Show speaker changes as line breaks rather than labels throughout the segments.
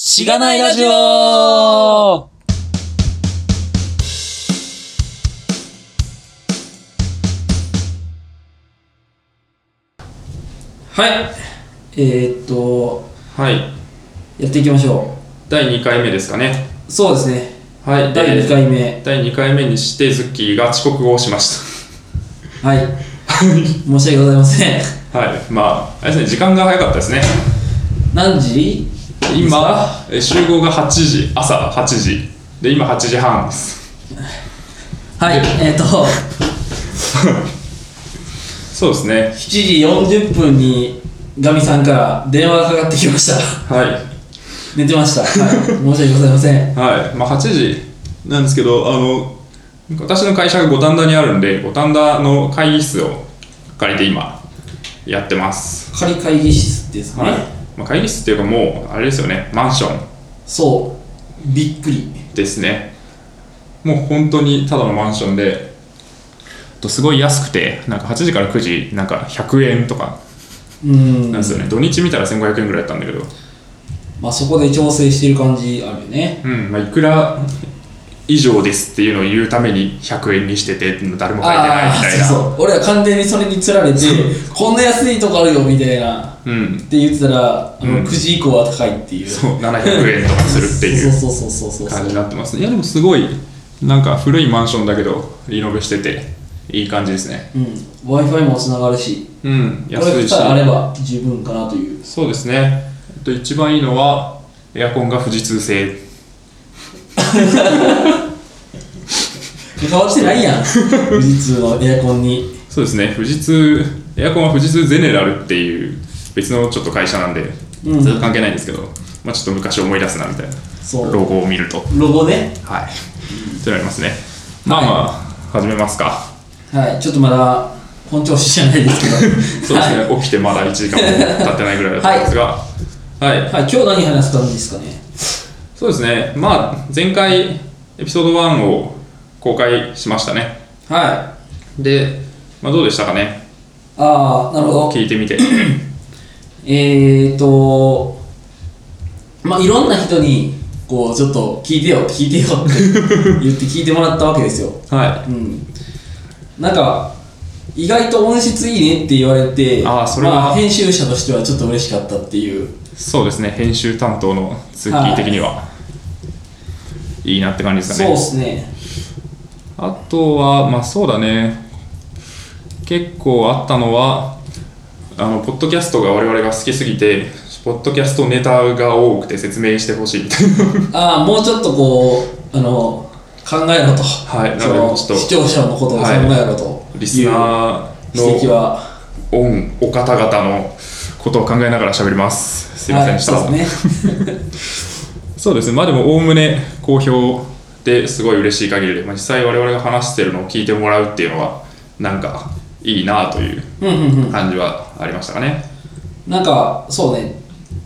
しがないラジオ
はい、
えー、っと、
はい、
やっていきましょ
第2回目ですかね。
う。そうですね。
はい、
第2
で
回目。
第2回目にして、ズッキーが遅刻をしまし
はい。 申し訳ございません。
た。 はい、まあ、あれですね、時間が早かったですね。
何時
今、え集合が8時、朝8時。で、今8時半です。
はい。えー、っと、
そうですね。
7時40分にガミさんから電話がかかってきました。
はい。
寝てました。はい。申し訳ございません。
はい、まあ8時なんですけど、あの、私の会社が五反田にあるんで、五反田の会議室を借りて今、やってます。
仮会議室ですね。
はい。まあ、会議室っていうかもう、あれですよね、マンション。
そう。びっくり。
ですねもう本当にただのマンションでとすごい安くてなんか8時から9時なんか100円とか
うん
なん。ですよね、土日見たら1500円ぐらいだったんだけど
まあそこで調整してる感じあるよね。
うんまあいくら以上ですっていうのを言うために100円にしてて誰も書いてないみ
ああ
たい
ー、
な
そうそう。俺ら完全にそれにつられて、こんな安いとこあるよみたいな。
うん
って言ってたら、あの
うん
9時以降は高いっていう。
そう700円とかするっていう
そうそうそうそうそう
感じになってますねいやでもすごいなんか古いマンションだけどリノベしてていい感じですね
うん w i f i もつながるし
うん
これ
安い
2
し
つあれば十分かなという
そうですね、えっと、一番いいのはエアコンが富士通製
変わってない やん富士通のエアコンに
そうですね富士通エアコンは富士通ゼネラルっていう別のちょっと会社なんで、
うん
全然関係ないんですけど、まあ、ちょっと昔思い出すなみたいな
そう
ロゴを見ると
ロゴね
はいってなりますねまあまあ、始めますか
はいちょっとまだ本調子じゃないですけど
そうですね、起きてまだ1時間も経ってないぐらいだったんですがはい、
はい、はい、今日何話したんですかね
そうですねまあ前回エピソード1を公開しましたね
はい
で、まあ、どうでしたかね
ああなるほど
聞い てみて
えーとまあいろんな人にこうちょっと聞いてよ聞いてよって 言って聞いてもらったわけですよ
は
うん、なんか意外と音質いいねって言われて
あーそれは
まあ、編集者としてはちょっと嬉しかったっていう
いそうですね編集担当の通勤的には、い、いなって感じです
そ
か
う
ね
ですね
あとはまあそうだね結構あったのはあのポッドキャストが我々が好きすぎてポッドキャストネタが多くて説明してほしいみたい な
ああもうちょっとこうあの考えろと,、
はいなので
その
ちょっと
視聴者のことを考えろと
リス
いう
ナ
指摘
ーの
は
オンお方々のことを考えながら喋りますすいませんでした、
はい、そうですね
そうですね、まあでも、おおむね好評ですごい嬉しい限りで、まあ、実際我々が話してるのを聞いてもらうっていうのは、なんかいいなという
うんうんうん
感じはありましたかね。
なんかそうね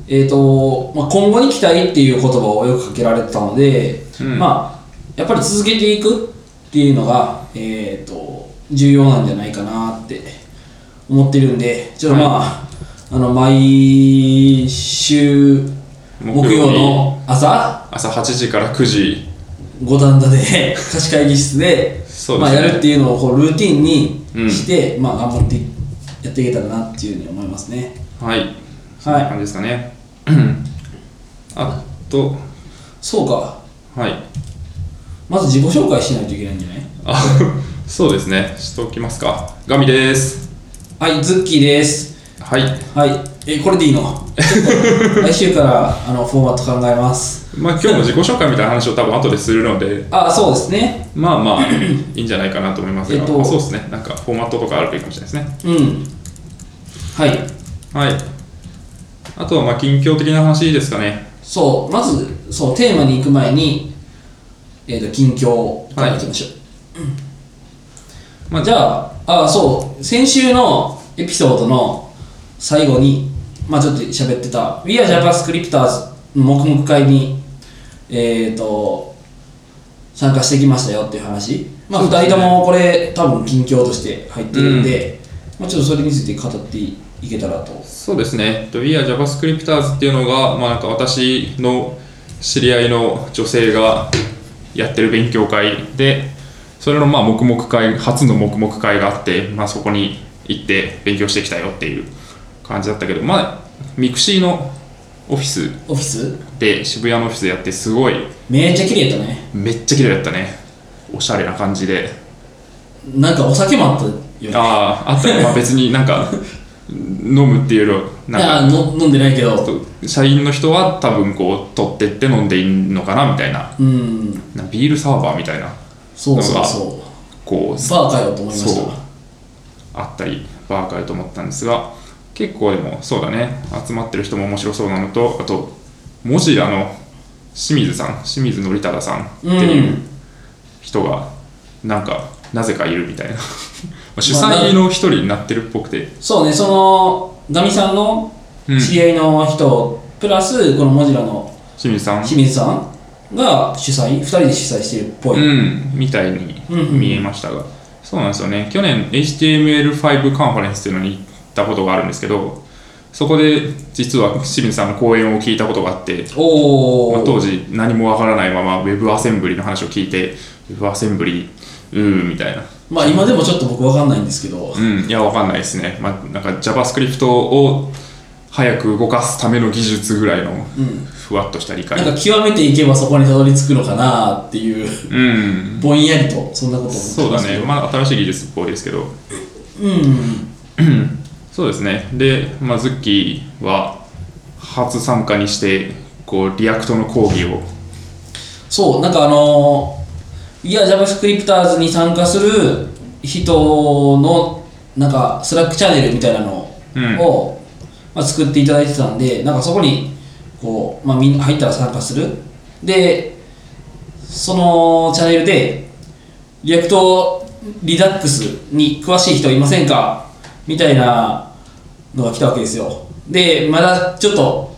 えーとまあ、今後に期待っていう言葉をよくかけられてたので、
うん
まあ、やっぱり続けていくっていうのが、えー、と重要なんじゃないかなって思ってるんでちょっとまあ,、あの毎週木
木
曜
曜日
の朝
朝8時から9時、
五反田 で貸し会議室で
そう
ま
で
あ、
すね
やるっていうのをこうルーティン
う
に
ん
して、まあ、頑張ってやっていけたらなっていうふうに思いますね。
はい、そんな感じですかね。 あと、
そうか
はい、
まず自己紹介しないといけないんじゃない
あ そうですね、しておきますか。ガミです。
はい、ズッキーです。
はい、
はい、え、これでいいのちょっと来週からあのフォーマット考えます。
まあ今日も自己紹介みたいな話を多分後でするので、
あ、そうですね。
まあまあいいんじゃないかなと思いますが、
えっと
あそうですねなんかフォーマットとかあるといいかもしれないです
う
ね
ん。はい、
はいあとはまあ近況的な話ですかね
そう、まず、そう、テーマに行く前に、えっ、と、近況からいきましょう。
まあ
じゃあ、あ、そう、先週のエピソードの最後に、まあちょっと喋ってた、We are JavaScripters の黙々会に、えっ、と、参加してきましたよっていう話。まあ、
そうで
2
すね
人ともこれ、多分近況として入ってるんで、まあちょっとそれについて語っていけたらと。
そうですねえっと We are JavaScripters っていうのが、まあ、なんか私の知り合いの女性がやってる勉強会でそれのまあ黙々会初の黙々会があって、まあ、そこに行って勉強してきたよっていう感じだったけどまあミクシーのオフィス
オフィス
で渋谷のオフィスでやってすごい
めっちゃ綺麗だったね
めっちゃ綺麗だったねおしゃれな感じで
なんかお酒もあったよね
あああったね、まあ、別になんか飲むっていうより
い
はなんか
やの飲んでないけど
社員の人は多分こう取ってって飲んでいいのかなみたいな
うん
なビールサーバーみたいな
そうそうそ
こ
う
う
バーかよと思いまし
そう
た
あったりバーかよと思ったんですが結構でもそうだね集まってる人も面白そうなのとあともしあの清水さん清水則忠さんっていううん人がなんかなぜかいるみたいなまあ主催の一人になってるっぽくて、
そうねそのガミさんの
うん、
知
清
り合いの人、プラスこのモジラの
水さん
清水さんが主催2人で主催してるっぽい、
うん、みたいに見えましたが、そうなんですよね去年 HTML5 カンファレンスっていうのに行ったことがあるんですけどそこで実は清水さんの講演を聞いたことがあって、
おお、
まあ、当時何もわからないまま Web アセンブリの話を聞いて Web アセンブリうーんみたいな
まあ今でもちょっと僕わかんないんですけど
うんいやわかんないですね、まあ、なんか JavaScript を早く動かすための技術ぐらいの
うん
ふわっとした理解
なんか極めていけばそこにたどり着くのかなっていう
うん
ぼんやりとそんなこと思って
そう
ま
だ
すけ
ね
ど
まあ新しい技術っぽいですけど
うん
そうですね。で、まあ、ズッキーは初参加にして、こう、リアクトの講義を。
そうなんかあのーいや JavaScripters に参加する人のなんかスラックチャンネルみたいなのを、
うん
まあ、作っていただいてたんでなんかそこにこう、まあ、みんな入ったら参加するでそのチャンネルでリアクトリダックスに詳しい人いませんかみたいなのが来たわけですよでまだちょっと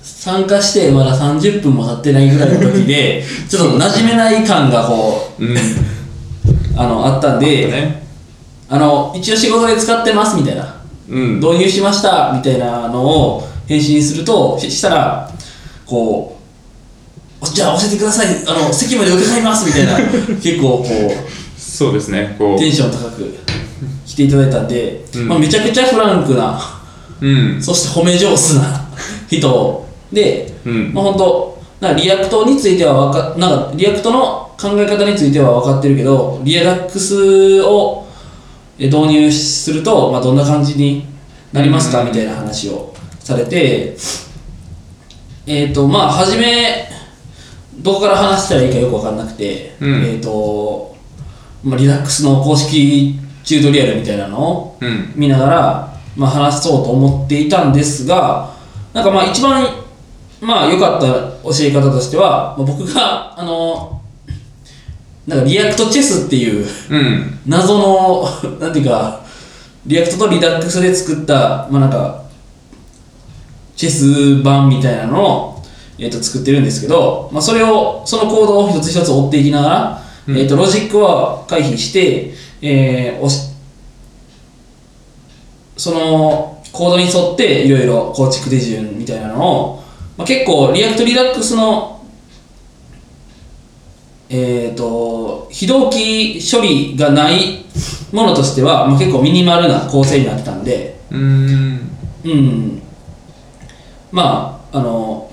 参加してまだ30分も経ってないぐらいの時 でちょっと馴染めない感がこ
うん。
うあのあったんで
ね。
あの一応仕事で使ってますみたいな
うん。
導入しましたみたいなのを返信するとししたらこうじゃあ教えてくださいあの席まで伺いますみたいな 結構こう
そうですね。こ
テンション高く来ていただいたんで、
うん
まあ、めちゃくちゃフランクな
う。うん。
そして褒め上手な人で、
うん
まあ本当なんかリアクトについてはわかなんかリアクトの考え方については分かってるけどリアダックスをえ導入すると、まあ、どんな感じになりますか
うん
みたいな話をされてえっ、とまあ初めどこから話したらいいかよく分かんなくて、
うん
えっ、と、まあ、リダックスの公式チュートリアルみたいなのを
うん。
見ながら、まあ、話そうと思っていたんですがなんかまあ一番まあ良かった教え方としては、まあ、僕があのなんかリアクトチェスっていう
うん。
謎の なんていうかリアクトとリダックスで作ったまあなんかチェス版みたいなのを、えー、と作ってるんですけど、まあ、それをその行動を一つ一つ追っていきながら、
うん
えー、とロジックは回避して、えーおしそのコードに沿っていろいろ構築手順みたいなのを、まあ、結構リアクトリダックスのえっ、と非同期処理がないものとしては、まあ、結構ミニマルな構成になったんで、
うん。
うん、まああの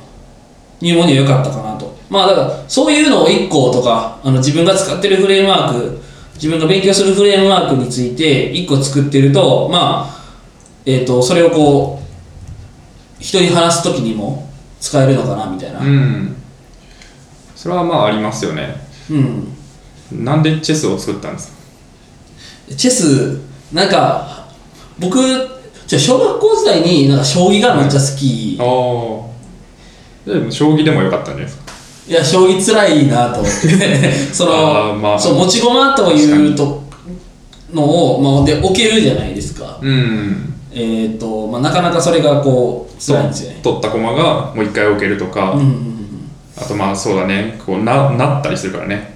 入門には良かったかなとまあだからそういうのを1個とかあの自分が使ってるフレームワーク自分が勉強するフレームワークについて1個作ってるとまあえっ、とそれをこう人に話す時にも使えるのかなみたいな
うん。それはまあありますよね。
うん
なんでチェスを作ったんですか
チェスなんか僕じゃあ小学校時代になんか将棋がめっちゃ好き、
ああ。でも将棋でもよかったんじゃないですか。
いや将棋つらいなと思って そ
あ
の、
ーまあ
そう持ち駒というとのを、まあ、で置けるじゃないですか、
うん。
えっ、と、まあ、なかなかそれがこう辛いんですよね
取った駒がもう一回置けるとか、
うんうんうん
あとまあそうだね、こうな、なったりするからね。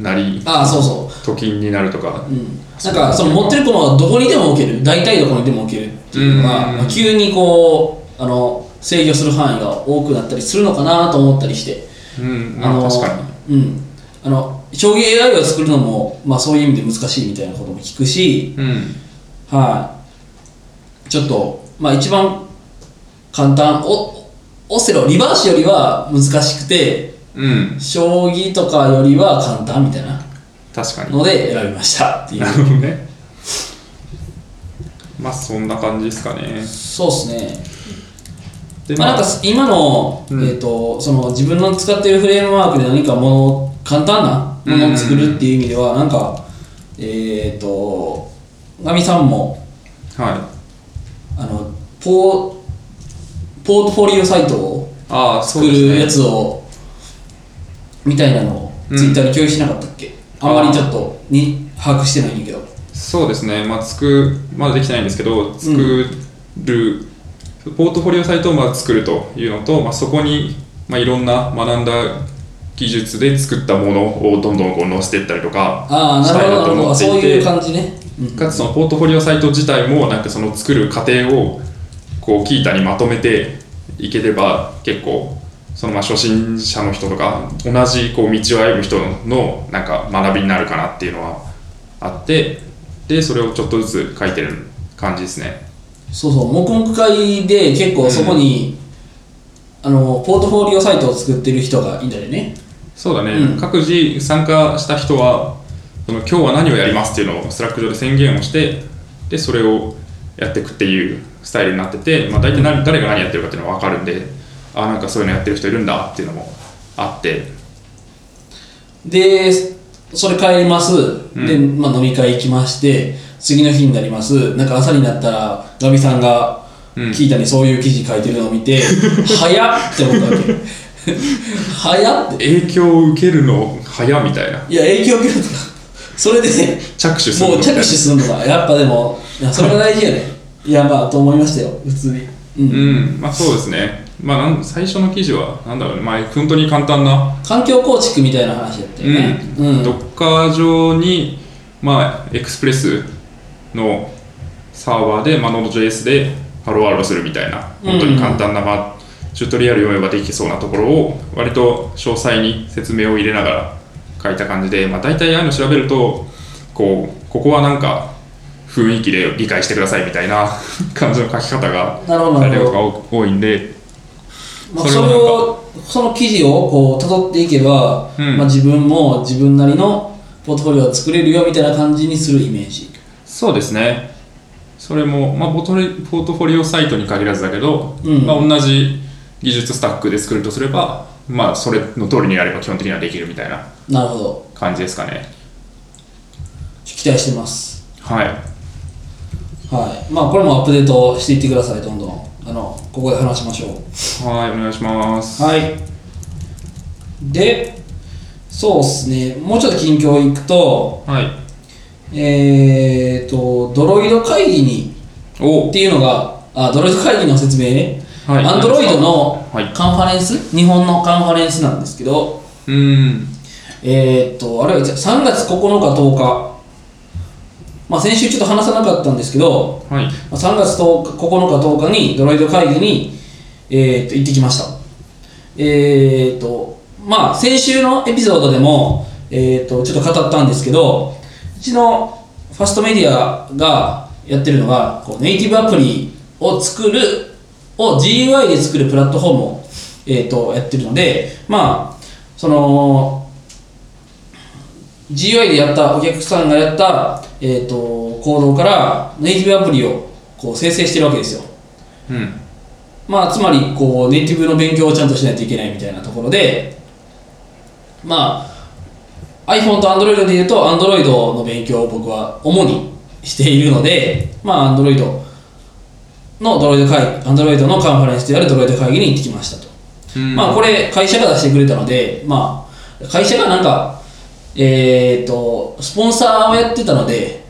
なり、
ああそうそ
と金になるとか
う、う。ん、なんかその持ってる駒はどこにでも置ける大体どこにでも置けるっていうのが、
うん
まあ急にこうあの制御する範囲が多くなったりするのかなと思ったりして、
うん、まあ、確かに。
にうんあの将棋 AI を作るのも、まあ、そういう意味で難しいみたいなことも聞くし
うん。
はいちょっとまあ一番簡単おオセロリバーシよりは難しくて
うん。
将棋とかよりは簡単みたいな
確かに。
ので選びましたってい
なる
う
ほどね。まあ、そんな感じですかね。
そうですね
で、
まあ、なんか今の,、
うん
えー、とその自分の使っているフレームワークで何かものを簡単なものを作るっていう意味では、なんかえっ、とガミさんも
はい。
あのポーポートフォリオサイトを
ああ、そう
作
です
る
ね。
やつを、みたいなのを
うん
ツイッターで共有しなかったっけ、あんまりちょっとに把握してないんだけど
そうですね、まあ、作まだできてないんですけど、作る、ポートフォリオサイトをまあ作るというのと、まあ、そこに、まあ、いろんな学んだ技術で作ったものをどんどんこう載せていったりとか
ああ
し
な
た
る
い
ほどな
なと
るほ
思
ど
っ
そう
てい
い
て、
う感じね、うん
かつそのポートフォリオサイト自体もなんかその作る過程をこうキータにまとめていければ結構そのまあ初心者の人とか同じこう道を歩む人のなんか学びになるかなっていうのはあってでそれをちょっとずつ書いてる感じですね
そうそう黙々会で結構そこに、あのポートフォリオサイトを作ってる人がいたりね
そうだね、
うん
各自参加した人はその今日は何をやりますっていうのをスラック上で宣言をしてでそれをやっていくっていうスタイルになってて、まあ、大体何誰が何やってるかっていうのは分かるんであなんかそういうのやってる人いるんだっていうのもあって
でそれ帰ります、
ん
で、まあ、飲み会行きまして次の日になりますなんか朝になったらガミさんが
うん
聞いたにそういう記事書いてるのを見 て、早っって思ったわけ 早っって
影響を受けるの早みたいない
や影響受けるとかそれでね
着手する
も
の
う
み
着
たいな
手するのがやっぱでもいやそれが大事やねいやまあと思いましたよ普通にうん
うんまあそうですねまあなん最初の記事はなんだろうねまあ本当に簡単な
環境構築みたいな話だったよね。
う
うん
ん、ドッカー上に、まあ、エクスプレスのサーバーで、まあ、Node.js でハローワールドするみたいな
うん
本当に簡単な、まあ、チュートリアル読めばできそうなところを割と詳細に説明を入れながら書いた感じで、まあ、大体ああいうの調べるとこうここはなんか雰囲気で理解してくださいみたいな感じの書き方が
なるほどな
され
る
る
ほ
こと
ど。
が多多いんで
まあ、
それ
そ
を
れをその記事をこう辿っていけば、
うん
まあ、自分も自分なりのポートフォリオを作れるよみたいな感じにするイメージ。
そうですねそれも、まあ、ポートリポートフォリオサイトに限らずだけど、
うん
まあ、同じ技術スタックで作るとすれば、まあ、それの通りにやれば基本的にはできるみたいな
なるほど。
感じですかね
期待してます。
はい
はい。まあこれもアップデートしていってくださいどんどん。あのここで話しましょう。
はいお願いします
はい。で、そうですね。もうちょっと近況いくと、
はい
えーとドロイド会議に
お
っ
は
ていうのが、あドロイド会議の説明ね、
い
アンドロイドの
はい
カンファレンス、日本のカンファレンスなんですけど、
うん
えーっと、あれは3月9日、10日、まあ、先週ちょっと話さなかったんですけど、
はい
まあ3月10日9日、10日にドロイド会議に、えーっと行ってきました。えーっと、まあ、先週のエピソードでも、えーっと、ちょっと語ったんですけど、うちのファストメディアがやってるのが、こうネイティブアプリを作る、を GUI で作るプラットフォームを、えーっと、やってるので、まあ、その、GUI でやったお客さんがやった、えー、と行動からネイティブアプリをこう生成してるわけですよ、
うん
まあ、つまりこうネイティブの勉強をちゃんとしないといけないみたいなところで、まあ、iPhone と Android でいうと Android の勉強を僕は主にしているので、まあ、Android のドロイド会 Android のカンファレンスであるドロイド会議に行ってきましたと
うん
まあこれ会社が出してくれたので、まあ、会社がなんか、えっとスポンサーをやってたので、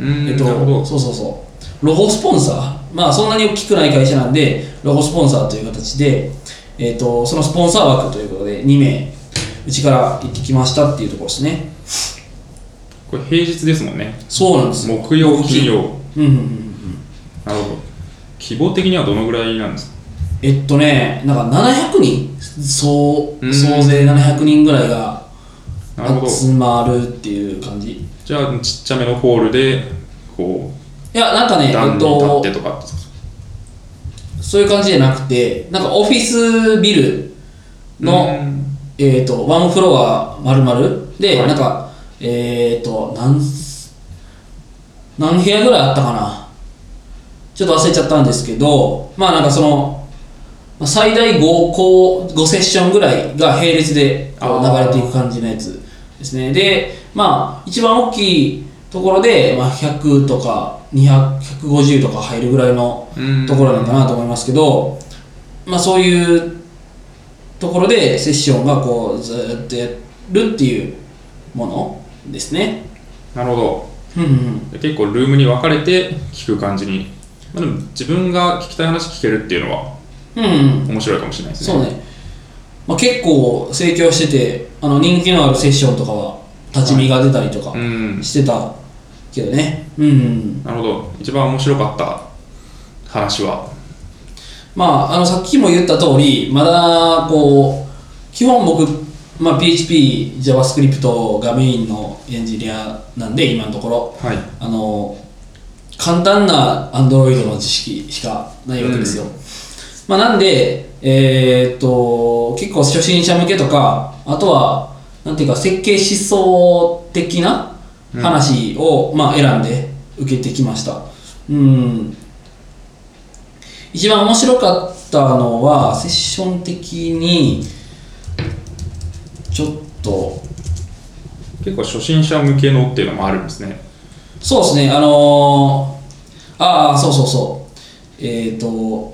うん
えっ
なるほ
と、
ど
そうそうそうロゴスポンサー、まあ、そんなに大きくない会社なんでロゴスポンサーという形で、えっとそのスポンサー枠ということで2名うちから行ってきましたっていうところですね
これ平日ですもんね
そうなんですよ
木曜金曜
うんうんうんうん
なるほど規模的にはどのぐらいなんですか
えっとねなんか700人総
うん
総勢700人ぐらいが
なるほど
集まるっていう感じい
じゃあちっちゃめのホールでこ
やなんか
う
ねえっ
段に立っ
と
てとかってこと
そういう感じじゃなくてなんかオフィスビルの、
うん
えっとワンフロア丸々で、
はい
なんかえっと何何部屋ぐらいあったかなちょっと忘れちゃったんですけどまあなんかそのまあ最大5こう5セッションぐらいが並列でこう
あー
流れていく感じのやつですねでまあ一番大きいところで、まあ、100とか200150とか入るぐらいの
うん
ところなんかなと思いますけど、まあ、そういうところでセッションがこうずーっとやるっていうものですね。
なるほど
うんうん
で結構ルームに分かれて聞く感じに、まあ、でも自分が聞きたい話聞けるっていうのは
うんうん
面白いかもしれないですね
そうね、まあ、結構盛況しててあの人気のあるセッションとかは立ち見が出たりとか
うん
してたけどね、うん、うん、
なるほど一番面白かった話は
まああのさっきも言った通りまだこう基本僕、まあ、PHPJavaScript がメインのエンジニアなんで今のところ
はい
あの簡単な Android の知識しかないわけですよ、まあ、なんで、えーっと結構初心者向けとかあとはなんていうか設計思想的な話を、まあ、選んで受けてきましたうん一番面白かったのはセッション的にちょっと
結構初心者向けのっていうのもあるんですね
そうですね、あのー、ああ、そうそうそう、えっ、ー、と、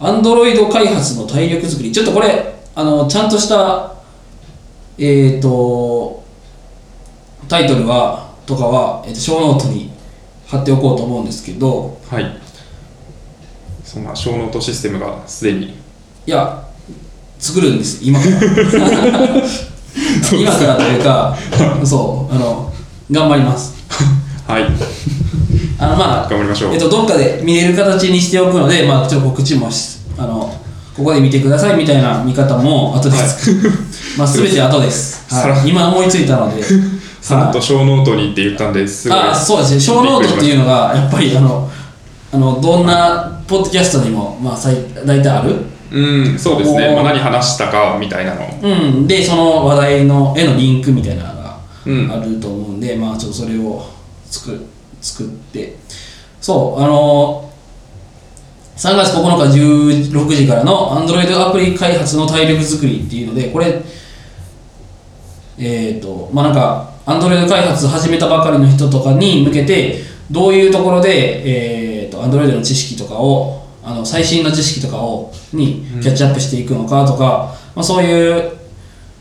アンドロイド開発の体力作り、ちょっとこれ、あのちゃんとした、えっ、ー、と、タイトルは、とかは、えーと、小ノートに貼っておこうと思うんですけど、
はいそんな小ノートシステムがすでに
いや、作るんです、今から。 今からというか、そう、あの、頑張ります。
はい
あのまあ
頑張りましょう、
えっと、どっかで見れる形にしておくので、まあ、ちょっと告知もしあのここで見てくださいみたいな見方も後です、 まあ全て後です、
さ
は
ら
い、今思いついたので
さらっと小ノートにって言ったんですごい
あそうですね小ノートっていうのがやっぱりあのあのどんなポッドキャストにも、まあ、最大体ある
うんそうです
お
ね、
ー
まあ、何話したかみたいなの
うん、でその話題の絵のリンクみたいなのが
うん
あると思うんで、まあちょっとそれを作作ってそうあの3月9日16時からの Android アプリ開発の体力作りっていうのでこれえっ、とまあなんか Android 開発始めたばかりの人とかに向けてどういうところで、えー、と Android の知識とかをあの最新の知識とかをにキャッチアップしていくのかとか、まあ、そういう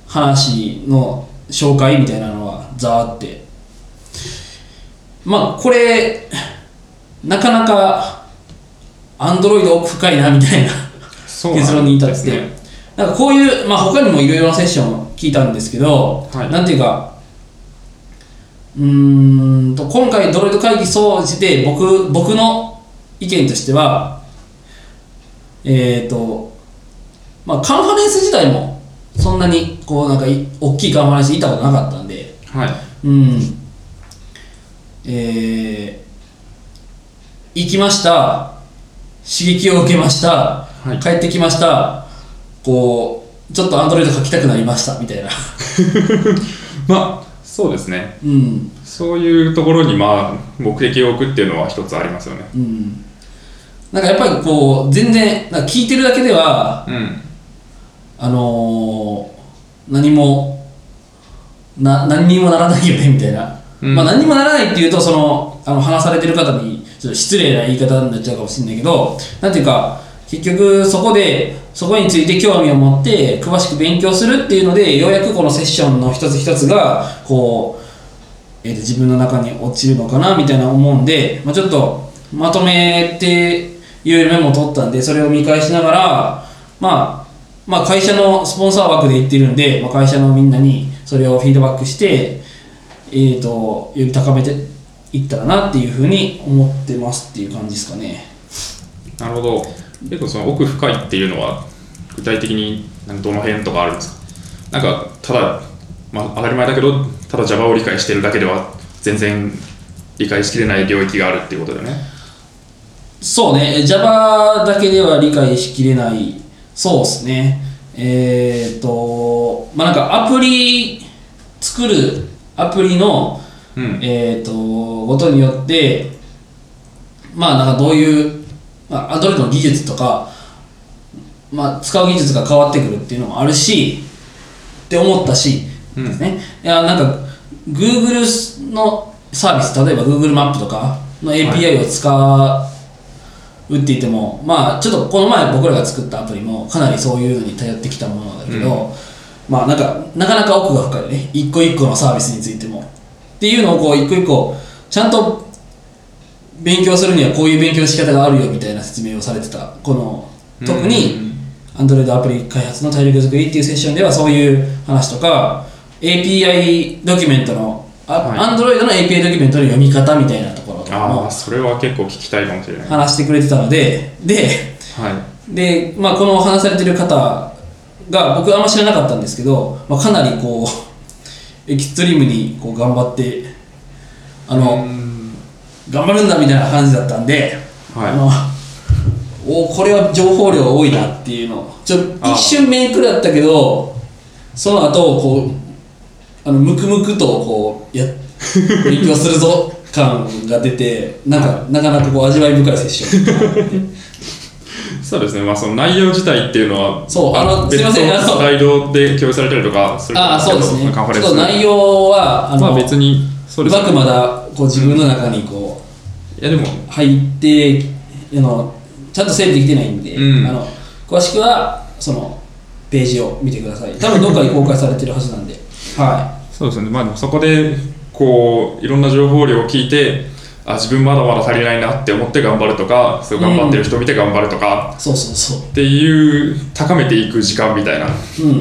話の紹介みたいなのはざーってまあこれなかなか Android 奥深いなみたいな
そう
結
な
論に
ん
至っ
で
て
すね
なんかこういう、まあ、他にもいろいろなセッションを聞いたんですけど、
はい
なんていうかうーんと今回ドロイド会議総じて僕僕の意見としてはえっ、とまあカンファレンス自体もそんなにこうなんかい大きいカンファレンス行ったことなかったんで
はい
うんえー行きました刺激を受けました、
はい
帰ってきましたこうちょっとアンドロイド書きたくなりましたみたい な
まあそうですね
うん
そういうところにまあ目的を置くっていうのは一つありますよね。
うんなんかやっぱりこう全然なんか聞いてるだけでは
うん。
あのー何もな何にもならないよねみたいな、
うん
まあ何にもならないっていうとそのあの話されてる方にちょっと失礼な言い方になっちゃうかもしれないけどなんていうか結局そこでそこについて興味を持って詳しく勉強するっていうのでようやくこのセッションの一つ一つがこう、えーと自分の中に落ちるのかなみたいな思うんで、まあ、ちょっとまとめていろいろメモを取ったんでそれを見返しながら、まあ、まあ、会社のスポンサー枠で行ってるんで、まあ、会社のみんなにそれをフィードバックして、えー、とより高めていったらなっていうふうに思ってますっていう感じですかね。
なるほど。結構その奥深いっていうのは具体的になんかどの辺とかあるんですかなんかただ、まあ、当たり前だけどただ Java を理解してるだけでは全然理解しきれない領域があるっていうことだよね
そうね、Java だけでは理解しきれない、そうですね。えっ、と、まあ、なんかアプリ作るアプリの、
うん
えっ、と、ことによって、まあ、なんかどういう、まあ、アドレの技術とか、まあ、使う技術が変わってくるっていうのもあるし、って思ったし、
うん
ですね。いや、なんか、Google のサービス、例えば Google マップとかの API を使う、打っていてもまあちょっとこの前僕らが作ったアプリもかなりそういうのに頼ってきたものだけど、まあなんかなかなか奥が深いよね一個一個のサービスについてもっていうのをこう一個一個ちゃんと勉強するにはこういう勉強の仕方があるよみたいな説明をされてたこの特
う
に
ん
Android アプリ開発の体力作りっていうセッションではそういう話とか API ドキュメントの、あ
はい
Android の API ドキュメントの読み方みたいなところとか
あ
も
あそれは結構聞きたいかもしれない、は
話してくれてたのでで
い、
で、まあ、この話されてる方が僕あんま知らなかったんですけど、まあ、かなりこうエキストリームにこう頑張ってあの、
うん
頑張るんだみたいな感じだったんで、
はい
あのおこれは情報量多いなっていうのをちょ
あー
一瞬面食らったけどその後こうあのムクムクとこ うや勉強するぞ感が出てなんかなかなかこう味わい深いセッションだなって
そうですね、まあ、その内容自体っていうのは、
そうあの
別
すいませんあの
スライドで共有されたりとかする
ああそうですね。
カンファ
ち
レ
ょ
ン
っと
ス
内容はあの、
まあ別に、そう
う
です
まく
ね。
まだこう自分の中にこ
いや、でも、
う入ってあのちゃんと整理できてないんで、
うん
あの詳しくはそのページを見てください。多分どっかに公開されてるはずなんで。は
そうですね、まあ、でもそこで、こう、いろんな情報量を聞いて、あ、自分まだまだ足りないなって思って頑張るとか、そう頑張ってる人を見て頑張るとか、
い。そうそうそ
っていう、高めていく時間みたいな、
う。う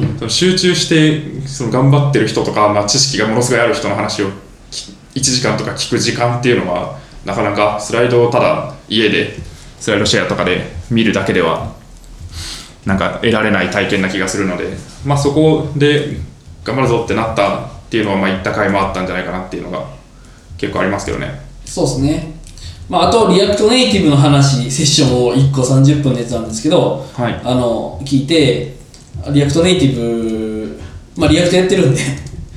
ん。
その集中して、その頑張ってる人とか、まあ、知識がものすごいある人の話をき1時間とか聞く時間っていうのは、なかなかスライドをただ家で、スライドシェアとかで見るだけでは、なんか得られない体験な気がするので、まあ、そこで頑張るぞってなったっていうのは、まあ、言った回もあったんじゃないかなっていうのが結構ありますけどね。
そうですね。まあ、あとリアクトネイティブの話セッションを1個30分のやつなんですけど、
はい
あの聞いてリアクトネイティブ、まあ、リアクトやってるんで、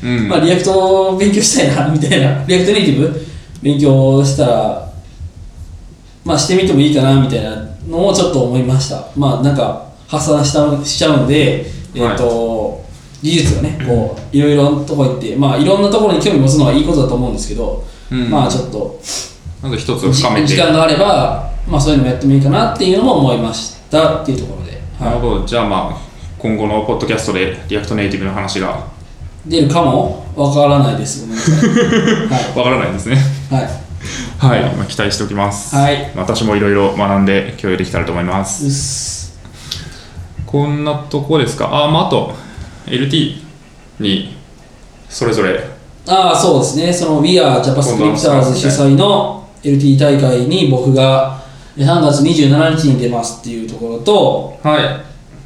うん
まあ、リアクトを勉強したいなみたいなリアクトネイティブ勉強したら、まあ、してみてもいいかなみたいなのをちょっと思いましたまあなんか発散したしちゃうので、えっと技術がねこういろいろなとこ行って、まあ、いろんなところに興味持つのはいいことだと思うんですけど、
うん
まあちょっと
なので一つを深めて
時間があれば、まあ、そういうのもやってもいいかなっていうのも思いましたっていうところで、
なる
は
ほどじゃあまあ今後のポッドキャストでリアクトネイティブの話が
い、出るかもわからないですごめんなさい
わからないんですね。
はい、 は
はい、まあ期待しておきます。
はい
私もいろいろ学んで共有できたらと思います。
い、うっす
こんなとこですか。あ、まあ、あと LT にそれぞれ
ああそうですねその We are JavaScripters 主催の LT 大会に僕がえ3月27日に出ますっていうところと
はい。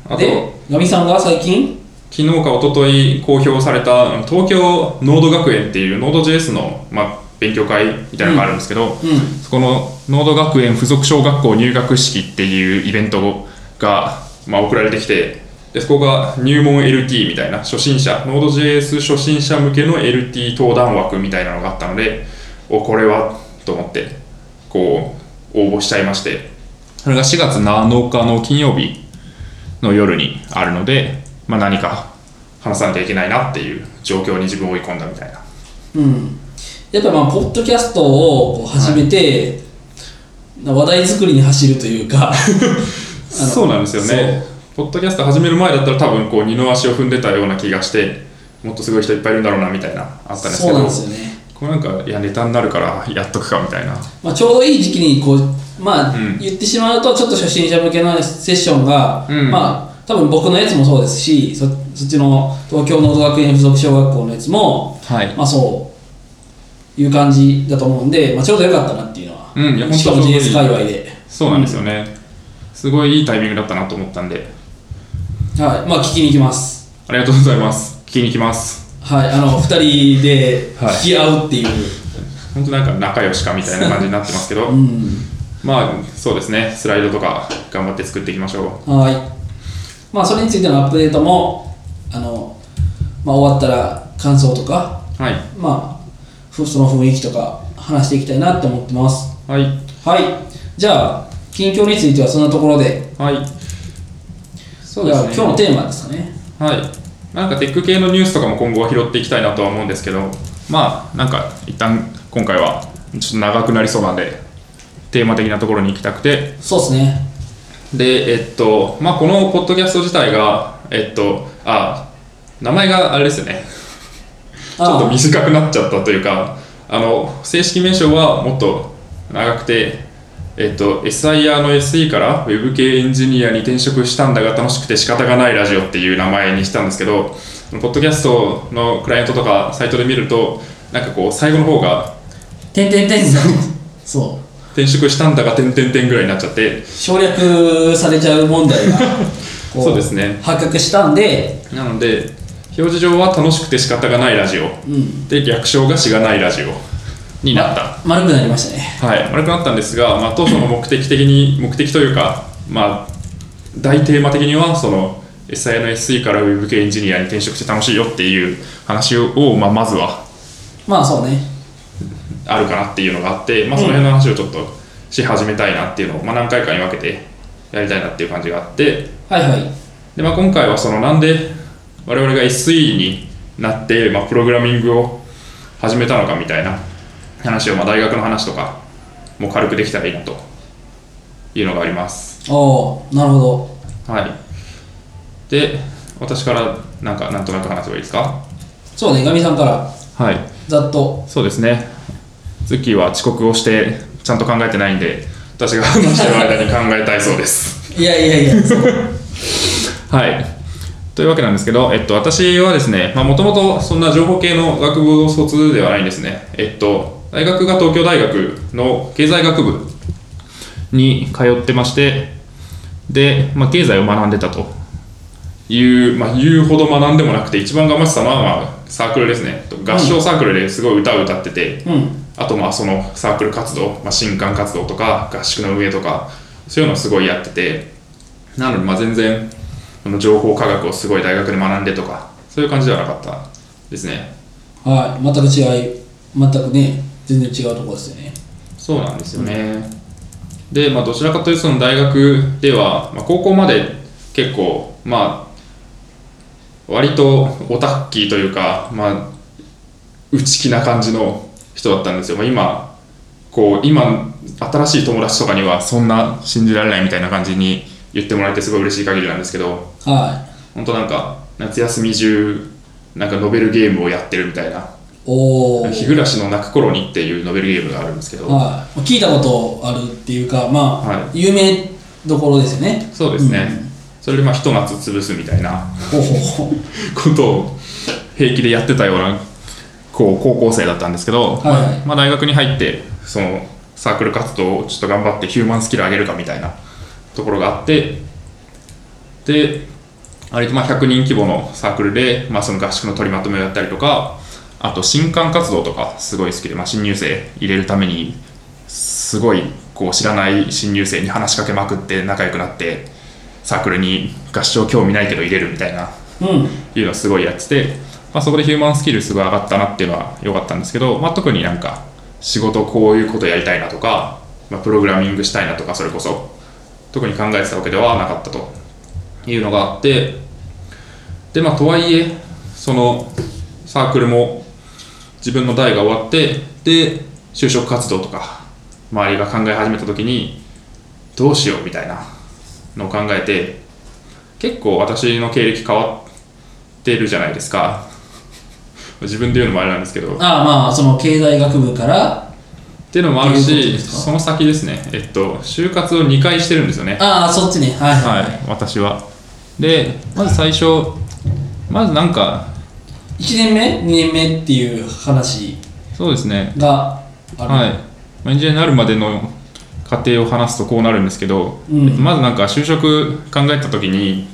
あ
で
と
ガミさんが最近
昨日か一昨日公表された東京ノード学園っていうノード JS のまあ勉強会みたいなのがあるんですけど、
うん
そこのノード学園附属小学校入学式っていうイベントが、まあ、送られてきてでそこが入門 LT みたいな初心者ノード JS 初心者向けの LT 登壇枠みたいなのがあったのでおこれはと思ってこう応募しちゃいましてそれが4月7日の金曜日の夜にあるので、まあ、何か話さなきゃいけないなっていう状況に自分を追い込んだみたいな
うんやっぱまあポッドキャストをこう始めて、話題作りに走るというかあの
そうなん ですよねポッドキャスト始める前だったら多分こう二の足を踏んでたような気がしてもっとすごい人いっぱいいるんだろうなみたいなあったんです
そ
け
う
ど
なんですよね
これなんかいやネタになるからやっとくかみたいな
まあ、ちょうどいい時期にこう、まあ
うん
言ってしまうとちょっと初心者向けのセッションが、
うん
まあ、多分僕のやつもそうですしそそっちの東京農道学園附属小学校のやつも、
はい
まあ、そういう感じだと思うんで、まあ、ちょうどよかったなっていうのは、
うんいや本当
しかも
ちょうどいい
GS 界隈で
そうなんですよね、すごいいいタイミングだったなと思ったんで、
はいまあ聞きに行きます
ありがとうございます。聞きに行きます。
はいあの2人で聞き合うっていう、
本当なんか仲良しかみたいな感じになってますけど、まあそうですね、スライドとか頑張って作っていきましょ
はいまあそれについてのアップデートもあの、まあ、終わったら感想とか
う。はい。
まあふその雰囲気とか話していきたいなって思ってます
はい。
はいじゃあ近況についてはそんなところで
はい。そう
じ
です
ゃあ
ね。
今日のテーマですかね
はい。なんかテック系のニュースとかも今後は拾っていきたいなとは思うんですけど、まあなんか一旦今回はちょっと長くなりそうなんで、テーマ的なところに行きたくて、
そうですね
で、えっと、まあ、このポッドキャスト自体が、えっと、あ、名前があれですよね、ちょっと
あ
短くなっちゃったというか、あの、正式名称はもっと長くて、えっと、SIR の SE から Web 系エンジニアに転職したんだが楽しくて仕方がないラジオっていう名前にしたんですけど、ポッドキャストのクライアントとかサイトで見ると、なんかこう、最後の方が、
「てんてんてん」そう
転職したんだが、てんてんてんぐらいになっちゃって、
省略されちゃう問 題がこ
そうですね
発覚したんで
なので表示上は楽しくて仕方がないラジオ、で略称がしがないラジオになった、
丸くなりましたね
はい悪くなったんですが、まあ、当初の目的的に目的というかまあ大テーマ的にはその SI の SE から Web 系エンジニアに転職して楽しいよっていう話を、まあ、まずは
まあそうね
あるかなっていうのがあって、まあ、その辺の話をちょっとし始めたいなっていうのを、まあ、何回かに分けてやりたいなっていう感じがあって
はいはい
で、まあ、今回はそのなんで我々が SE になって、まあ、プログラミングを始めたのかみたいな話を、まあ、大学の話とかも軽くできたらいいなというのがあります。
おおなるほど
はい、で私からなんかなんとなく話せばいいですか
そうねガミさんから
はい
ざっと
そうですねズッキーは遅刻をしてちゃんと考えてないんで私が話してる間に考えたいそうです。
いやいやいやそう
はい。というわけなんですけど、えっと、私はですね、もともとそんな情報系の学部を卒ではないんですね。えっと、大学が東京大学の経済学部に通ってまして、で、まあ、経済を学んでたという、まあ、言うほど学んでもなくて、一番頑張ってたのは、まあ、サークルですね。合唱サークルですごい歌を歌ってて、
うん
あとまあそのサークル活動、まあ、新刊活動とか合宿の運営とかそういうのをすごいやっててなのでまあ全然あの情報科学をすごい大学で学んでとかそういう感じではなかったですね
はい全く違い全くね全然違うところですよね
そうなんですよね。で、まあ、どちらかというとその大学では、まあ、高校まで結構、まあ、割とオタッキーというか、まあ、内気な感じの人だったんですよ。まあ、今こう今新しい友達とかにはそんな信じられないみたいな感じに言ってもらえてすごい嬉しい限りなんですけど
はい
本当なんか夏休み中なんかノベルゲームをやってるみたいな
お
「
お
日暮らしの泣く頃に」っていうノベルゲームがあるんですけど、
はい、聞いたことあるっていうか、まあ、
は
有名どころですよね。
そうですね、それでまあひと夏潰すみたいな
ほうほうほう。
ことを平気でやってたようなこう高校生だったんですけど、
はいはい
まあ、大学に入ってそのサークル活動をちょっと頑張ってヒューマンスキル上げるかみたいなところがあってで割とまあ100人規模のサークルで、まあ、その合宿の取りまとめをやったりとかあと新刊活動とかすごい好きで、まあ、新入生入れるためにすごいこう知らない新入生に話しかけまくって仲良くなってサークルに合唱興味ないけど入れるみたいな
うん、
いうのをすごいやってて、まあ、そこでヒューマンスキルすごい上がったなっていうのは良かったんですけど、まあ、特になんか仕事こういうことやりたいなとか、まあ、プログラミングしたいなとかそれこそ特に考えてたわけではなかったというのがあってでまあとはいえそのサークルも自分の代が終わってで就職活動とか周りが考え始めた時にどうしようみたいなのを考えて結構私の経歴変わってるじゃないですか自分で言うのもあれなんですけどっ
ああ、まあ、その経済学部から、
ていうのもある
どういうこと
し
ですか
その先ですねえっと就活を2回してるんですよね
ああ、そっちね、はいはい、
はい私はでまず最初まずなんか
1年目、2年目っていう話
そうですね
がある。
はい、まあエンジニアになるまでの過過程を話すとこうなるんですけど、
うん
えっとまずなんか就職考えた時に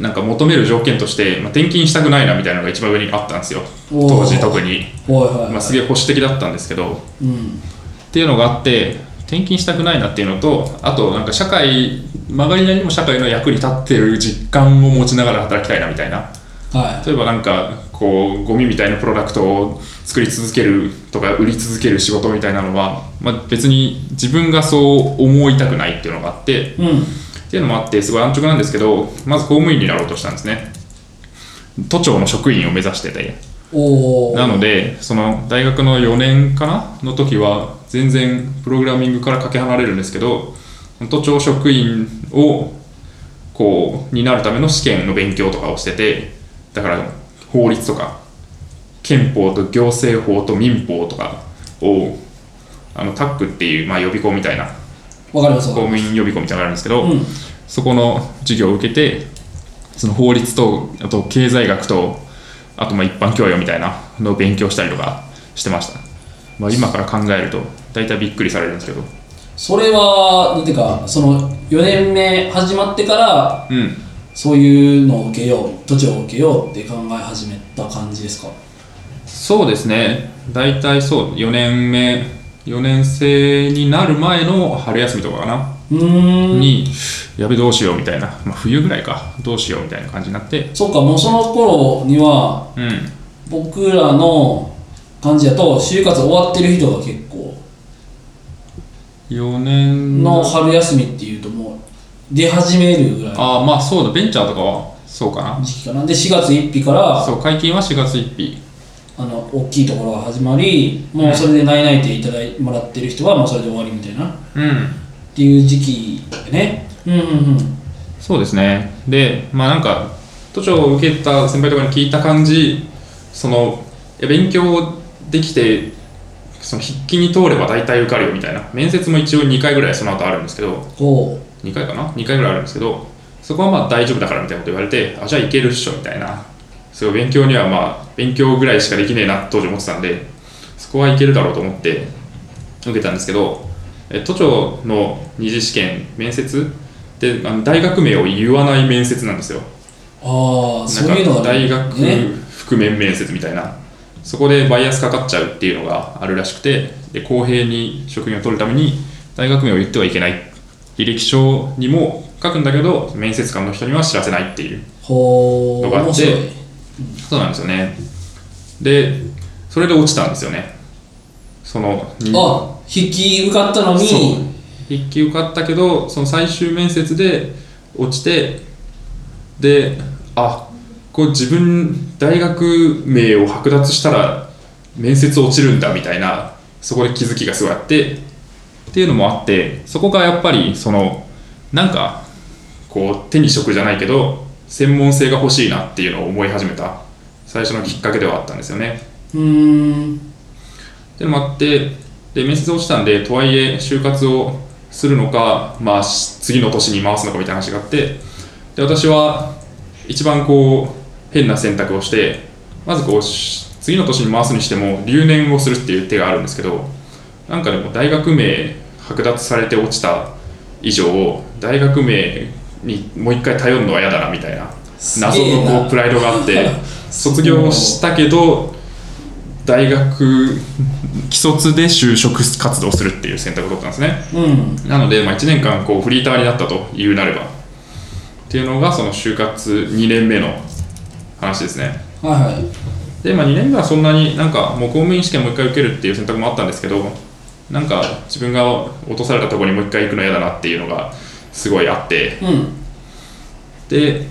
なんか求める条件として、まあ、転勤したくないなみたいなのが一番上にあったんですよ
おー
当時特に、
はいはいはい、
まあ、すげえ保守的だったんですけど
うん
っていうのがあって転勤したくないなっていうのとあとなんか社会曲がりなりにも社会の役に立ってる実感を持ちながら働きたいなみたいな
は
例えばなんかこうゴミみたいなプロダクトを作り続けるとか売り続ける仕事みたいなのは、まあ、別に自分がそう思いたくないっていうのがあって
いうん
っていうのもあってすごい安直なんですけどまず公務員になろうとしたんですね都庁の職員を目指してて
おお
なのでその大学の4年かなの時は全然プログラミングからかけ離れるんですけど都庁職員をこうになるための試験の勉強とかをしててだから法律とか憲法と行政法と民法とかをあのタックっていう、まあ、予備校みたいな
わかりますわか
公
り
務員予備校みたいなのがあるんですけど、
ますうん
そこの授業を受けてその法律とあと経済学とあとまあ一般教養みたいなのを勉強したりとかしてました、まあ、今から考えると大体びっくりされるんですけど
それはなんていうかその4年目始まってから
うん
そういうのを受けよう土地を受けようって考え始めた感じですか
そうですね大体そう4年目4年生になる前の春休みとかかな
うーん
にやべどうしようみたいな、まあ、冬ぐらいかどうしようみたいな感じになって
そっかもうその頃には
うん
僕らの感じだと就活終わってる人が結構
4年
の春休みっていうともう出始めるぐらいの
ああまあそうだベンチャーとかはそうかな
時期かなで4月1日から
そう解禁は4月1日
あの大きいところが始まりもうそれで内々定いただいもらってる人はもうそれで終わりみたいなっ
うん
ていう時期でねうんうんうん
そうですねでまあなんか都庁を受けた先輩とかに聞いた感じそのいや勉強できてその筆記に通れば大体受かるよみたいな面接も一応2回ぐらいその後あるんですけど
こ
2回かな2回ぐらいあるんですけどそこはまあ大丈夫だからみたいなこと言われてあじゃあいけるっしょみたいなすごい勉強にはまあ勉強ぐらいしかできねえな当時思ってたんでそこはいけるだろうと思って受けたんですけどえ都庁の二次試験面接であの大学名を言わない面接なんですよ
うああそう
なん
いうの
か
がね
大学
ね
覆面面接みたいなそこでバイアスかかっちゃうっていうのがあるらしくてで公平に職員を取るために大学名を言ってはいけない履歴書にも書くんだけど面接官の人には知らせないっていう
ほう
のがあって
面白い
そうなんですよねでそれで落ちたんですよねその
あ引き受かったの
そう
に
筆記受かったけどその最終面接で落ちてであこう自分大学名を剥奪したら面接落ちるんだみたいなそこで気づきがすごいあってっていうのもあってそこがやっぱりそのなんかこう手に職じゃないけど専門性が欲しいなっていうのを思い始めた最初のきっかけではあったんですよね。
うーん
でもあってで面接落ちたんでとはいえ就活をするのか、まあ、し次の年に回すのかみたいな話があってで私は一番こう変な選択をしてまずこうし次の年に回すにしても留年をするっていう手があるんですけどなんかでも大学名剥奪されて落ちた以上大学名にもう一回頼るのは嫌だなみたいな
す
謎
げえ
の
な
こうプライドがあって卒業したけど大学既卒で就職活動するっていう選択を取ったんですね
うん
なので、まあ、1年間こうフリーターになったというなればっていうのがその就活2年目の話ですね
はいはい
で、まあ、2年目はそんなになんかもう公務員試験もう一回受けるっていう選択もあったんですけどなんか自分が落とされたところにもう一回行くの嫌だなっていうのがすごいあって
うん
で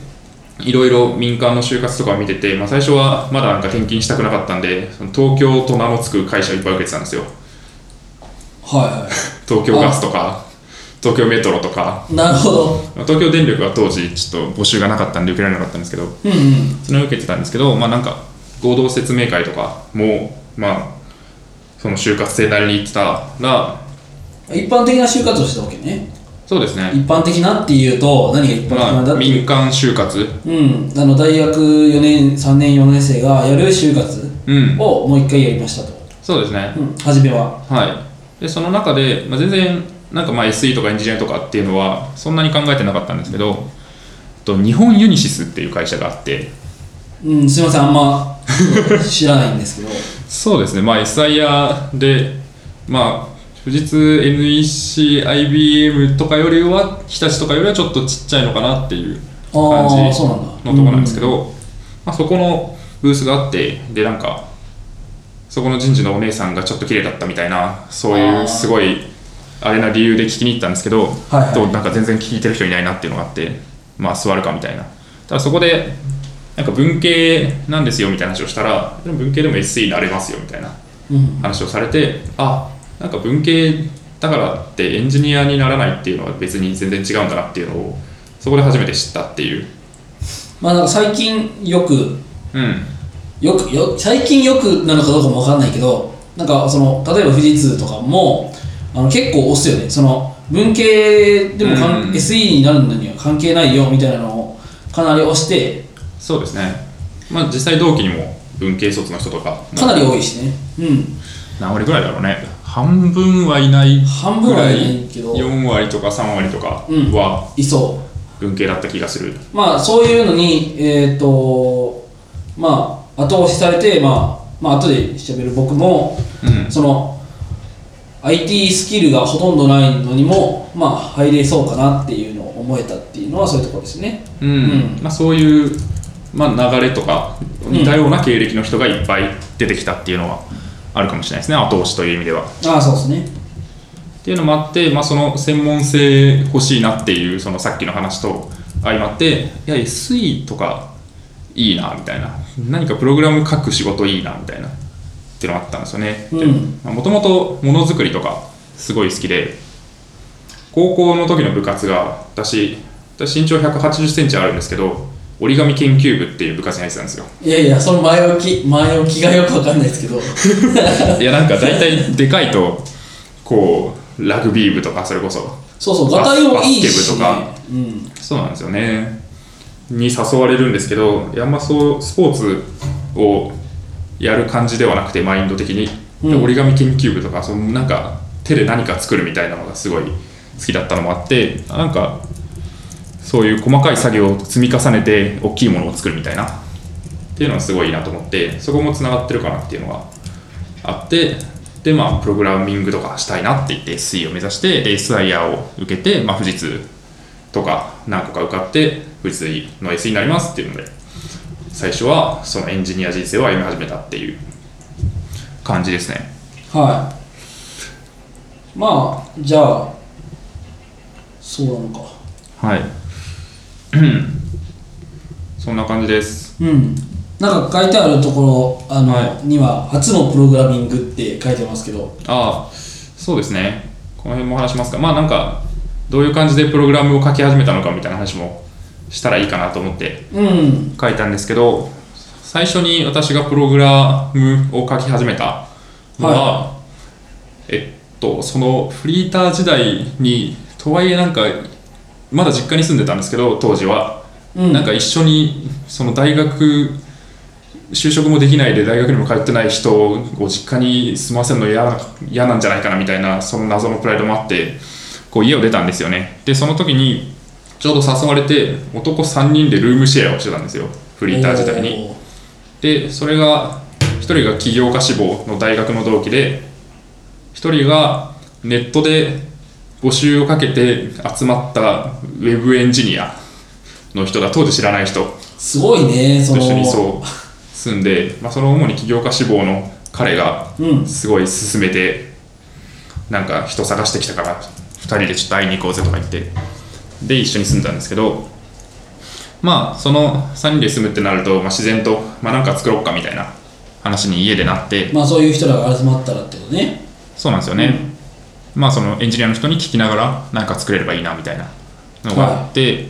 いろいろ民間の就活とかを見てて、まあ、最初はまだなんか転勤したくなかったんでその東京と名の付く会社をいっぱい受けてたんですよ
は
東京ガスとか東京メトロとか
いはいなるほど
まあ東京電力は当時ちょっと募集がなかったんで受けられなかったんですけど
うんうん
それを受けてたんですけどまあなんか合同説明会とかもまあその就活生なりに行ってたら
一般的な就活をしたわけね
そうですね
一般的なっていうと何が一般的
ま
なんだ
あ
っていう
民間就活
うん、あの大学4年3年4年生がやる就活
うん
をもう一回やりましたと、
そうですね
うん、初めは
はい、でその中で、まあ、全然なんかまあ SE とかエンジニアとかっていうのはそんなに考えてなかったんですけどと日本ユニシスっていう会社があって
うん、すいません、あんま知らないんですけど。
そうですねまあ SIR でまあ富士通 NECIBM とかよりは日立とかよりはちょっとちっちゃいのかなっていう感じ
ああ、
の
そうなんだ。
とこなんですけど、まあ、そこのブースがあってでなんかそこの人事のお姉さんがちょっと綺麗だったみたいなそうい
あー
うすごいあれな理由で聞きに行ったんですけ
い
ど、
はい
となんか全然聞いてる人いないなっていうのがあってまあ座るかみたいなただそこでなんか文系なんですよみたいな話をしたらでも文系でも SE になれますよみたいな
うん。うん
話をされてあなんか文系だからってエンジニアにならないっていうのは別に全然違うんだなっていうのをそこで初めて知ったっていう
まあ、なんか最近よく、
うん
よくよ、最近よくなのかどうかもわかんないけど、なんかその、例えば富士通とかも、あの結構押すよね。その、文系でもかん、
うん
SE になるのには関係ないよみたいなのをかなり押して、
そうですね、まあ、実際同期にも文系卒の人とか
かなり多いしね。うん。
何割ぐらいだろうね半分はいない
半分はいないけど
ぐらい4割とか3割とか
うん
はい
そう。
文系だった気がする、
まあそういうのに、えーとまあ、後押しされて、まあまあ後でしゃべる僕も
うん
その IT スキルがほとんどないのにも、まあ、入れそうかなっていうのを思えたっていうのはそういうところですね。
うん
うん
まあ、そういう、まあ、流れとか似たような経歴の人がいっぱい出てきたっていうのはあるかもしれないですね後押しという意味では。
ああそうですね。
っていうのもあって、まあ、その専門性欲しいなっていうそのさっきの話と相まっていや SE とかいいなみたいな何かプログラム書く仕事いいなみたいなっていうのがあったんですよね
うん
もともとものづくりとかすごい好きで高校の時の部活が私私身長1 8 0センチあるんですけど折り紙研究部っていう部活に入ってたんですよ
いやいやその前置き前置きがよくわかんないです けど
いやなんか大体でかいとこうラグビー部とかそれこそ
そうそうガタイもいい
バスケ
し、
部と
ね
か
うん、
そうなんですよね。に誘われるんですけど、いやあんまそうスポーツをやる感じではなくて、マインド的に。で
うん
折り紙研究部とか、そのなんか手で何か作るみたいなのがすごい好きだったのもあって、あなんかそういう細かい作業を積み重ねて、大きいものを作るみたいなっていうのはすごいいいなと思って、そこもつながってるかなっていうのがあって、でまあ、プログラミングとかしたいなって言って SE を目指してで SIR を受けて、まあ、富士通とか何個か受かって富士通の SE になりますっていうので最初はそのエンジニア人生を歩み始めたっていう感じですね
はいまあじゃあそうなのか
はいそんな感じです
うん、なんか書いてあるところあの、
は
には「初のプログラミング」って書いてますけど
ああそうですねこの辺も話しますかまあなんかどういう感じでプログラムを書き始めたのかみたいな話もしたらいいかなと思って
うん
書いたんですけど最初に私がプログラムを書き始めたのは、えっとそのフリーター時代にとはいえなんかまだ実家に住んでたんですけど当時は、
うん
なんか一緒にその大学就職もできないで大学にも通ってない人を実家に住ませるの嫌な嫌なんじゃないかなみたいなその謎のプライドもあってこう家を出たんですよねでその時にちょうど誘われて男3人でルームシェアをしてたんですよフリーター時代にでそれが1人が起業家志望の大学の同期で1人がネットで募集をかけて集まったウェブエンジニアの人だ当時知らない人
おーすごいねそ
と
の
一緒にそう住んで、まあ、その主に起業家志望の彼が
うん
すごい勧めてなんか人探してきたから2人でちょっと会いに行こうぜとか言ってで一緒に住んだんですけどまあその3人で住むってなると、まあ、自然と、まあ、なんか作ろうかみたいな話に家でなって
まあそういう人らが集まったらってことね
そうなんですよね、まあそのエンジニアの人に聞きながら何か作れればいいなみたいなのがあって、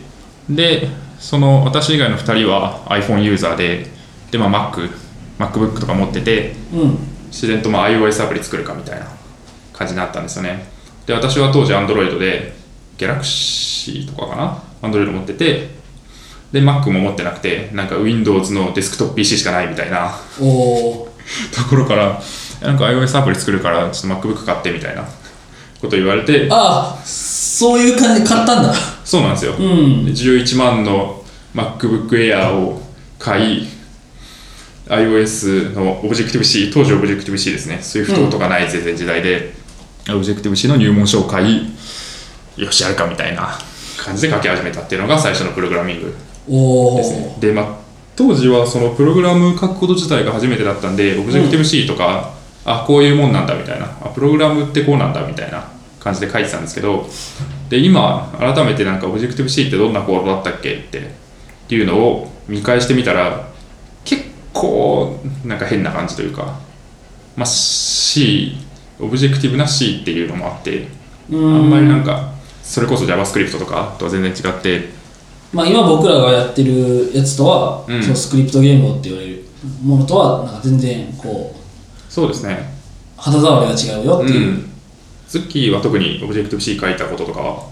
でその私以外の2人は iPhone ユーザーでで、まあ、Mac MacBook とか持ってて
うん
自然とまあ iOS アプリ作るかみたいな感じになったんですよねで私は当時 Android で Galaxy とかかな Android 持っててで Mac も持ってなくてなんか Windows のデスクトップ PC しかないみたいな
おおー
ところからなんか iOS アプリ作るからちょっと MacBook 買ってみたいなこと言われて
ああそういう感じで買ったんだ
そうなんですよ、
うん
で11万の MacBookAir を買い iOS の Objective-C 当時 Objective-C ですね Swift とかない全然時代で、Objective-C の入門書を買いよしやるかみたいな感じで書き始めたっていうのが最初のプログラミング
おお、
ですねでまあ当時はそのプログラム書くこと自体が初めてだったんで Objective-C とか、あこういうもんなんだみたいなあプログラムってこうなんだみたいな感じで書いてたんですけどで今改めてなんか Objective-C ってどんなコードだったっけってっていうのを見返してみたら結構なんか変な感じというか、まあ、C オブジェクティブな C っていうのもあって
う
あ
ん
んまりなんかそれこそ JavaScript とかとは全然違って
まあ、今僕らがやってるやつとは、
うん
そのスクリプト言語って言われるものとはなんか全然こう
そうですね
肌触りが違うよっていう、
ん、ズッキーは特にオブジェクティブ C 書いたこととかは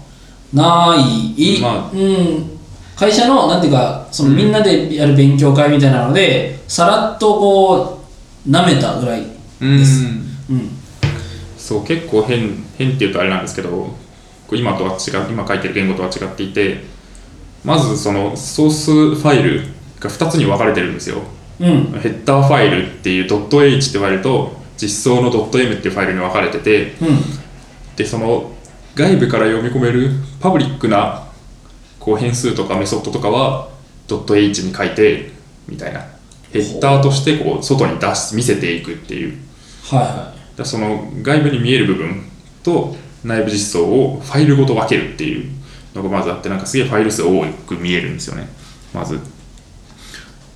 ない、
まあ
うん、会社のなんていうかそのみんなでやる勉強会みたいなので、さらっとこう舐めたぐらいです、うん
そう結構変変っていうとあれなんですけどこう今とは違う今書いてる言語とは違っていてまずそのソースファイルが2つに分かれてるんですよ
うん
ヘッダーファイルっていう .h って割ると実装の .m っていうファイルに分かれてて
うん
でその外部から読み込めるパブリックなこう変数とかメソッドとかは .h に書いてみたいなヘッダーとしてこう外に出し見せていくっていう
はいは
だからその外部に見える部分と内部実装をファイルごと分けるっていうのがまずあってなんかすげえファイル数多く見えるんですよねまずっ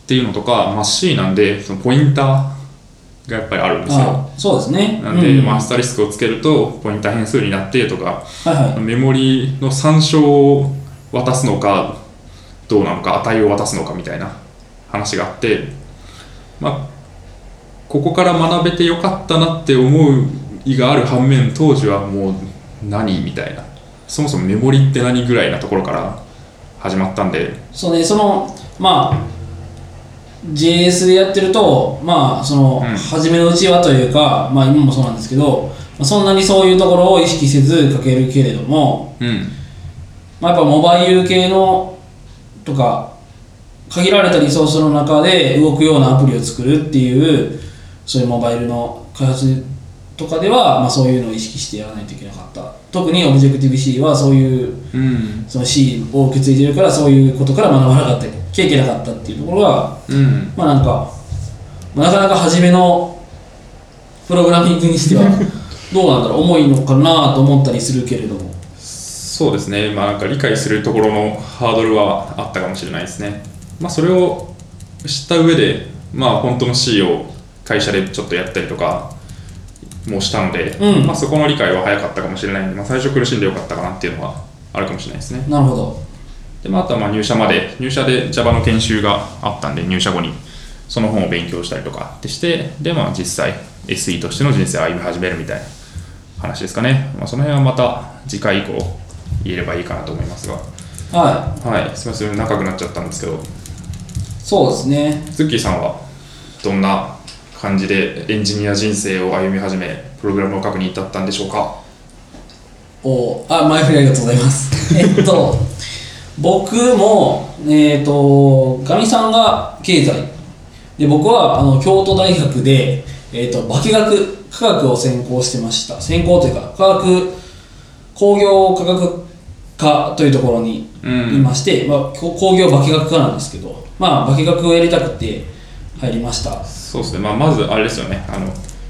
ていうのとか、まあ、C なんでそのポインターがやっぱりあるん
い
ですよ
あそうですね
なんで、
うん
まあ、アスタリスクをつけるとポインター変数になってとか
はいはい
メモリの参照を渡すのかどうなのか値を渡すのかみたいな話があって、まあ、ここから学べてよかったなって思う意がある反面当時はもう何みたいなそもそもメモリって何ぐらいなところから始まったんで
そうねそのまあ JS でやってるとまあその、
うん
初めのうちはというかまあ今もそうなんですけどまあそんなにそういうところを意識せず書けるけれども、
うん
まあ、やっぱモバイル系のとか限られたリソースの中で動くようなアプリを作るっていうそういうモバイルの開発とかでは、まあ、そういうのを意識してやらないといけなかった特に Objective-C はそういう
うん
その C を受け継いでるからそういうことから学ばなかったきゃいけなかったっていうところが
うん
まあなんか、まあ、なかなか初めのプログラミングにして はどうなんだろう重いのかなと思ったりするけれども
そうですねまあなんか理解するところのハードルはあったかもしれないですねまあそれを知った上でまあ本当の C を会社でちょっとやったりとかもしたので、
うん
まあそこの理解は早かったかもしれないんで、まあ、最初苦しんでよかったかなっていうのはあるかもしれないですね
なるほど
で、まあ、あとはまあ入社まで入社で Java の研修があったんで入社後にその本を勉強したりとかってしてでまあ実際 SE としての人生を歩み始めるみたいな話ですかね、まあ、その辺はまた次回以降言えればいいかなと思いますが
は
はいすみません長くなっちゃったんですけど
いそうですね
ズッキーさんはどんな感じでエンジニア人生を歩み始めプログラムを書くに至ったんでしょうか
おあ前振りありがとうございます えっと僕もえっ、とかみさんが経済で僕はあの京都大学で、えっと化学科学を専攻してました専攻というか科学工業科学科というところに
うん
いまして、まあ、こ工業化学科なんですけど、まあ、化学をやりたくて入りました
そうですね、まあ、まずあれですよね、あの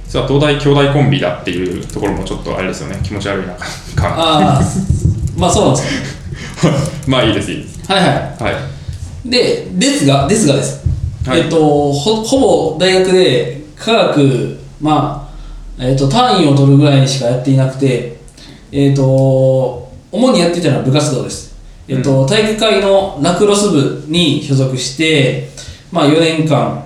実は東大兄弟コンビだっていうところもちょっとあれですよね、気持ち悪いな感
ああまあそうなんですよね
まあいいです、いいです。
はいはい
はい、
で、ですが、ですがです。
はい
えっと、ほほぼ大学で科学、まあ、えっと、単位を取るぐらいにしかやっていなくて、えっと、主にやっていたのは部活動です。えっと、体育会のラクロス部に所属して、まあ、4年間、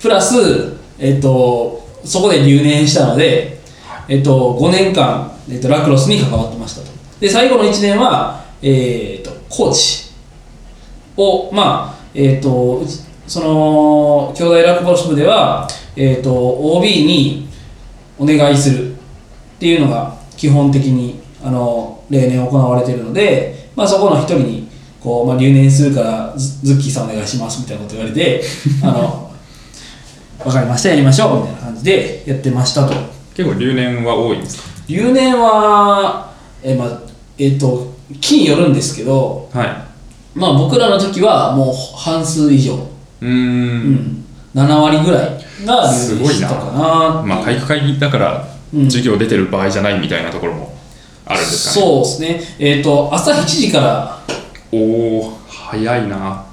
プラス、えっと、そこで留年したので、えっと、5年間、えっと、ラクロスに関わってましたと。で、最後の1年は、えっと、コーチ。を、まあえー、とうちその兄弟落語部では、えー、と OB にお願いするっていうのが基本的にあの例年行われているので、まあ、そこの一人にこう、まあ、留年するからズズッキーさんお願いしますみたいなこと言われて あの分かりましたやりましょうみたいな感じでやってましたと
結構留年は多いんです
留年はえまあえっ、と金よるんですけど、
かは
まあ、僕らの時はもう半数以上、
いうー
うんん、7割ぐらいが留
す
年
ごい
し
な
たかな
まあ体育会だから
うん
授業出てる場合じゃないみたいなところもあるんですかね、
そうですねえっ、と朝7時から
おお早いな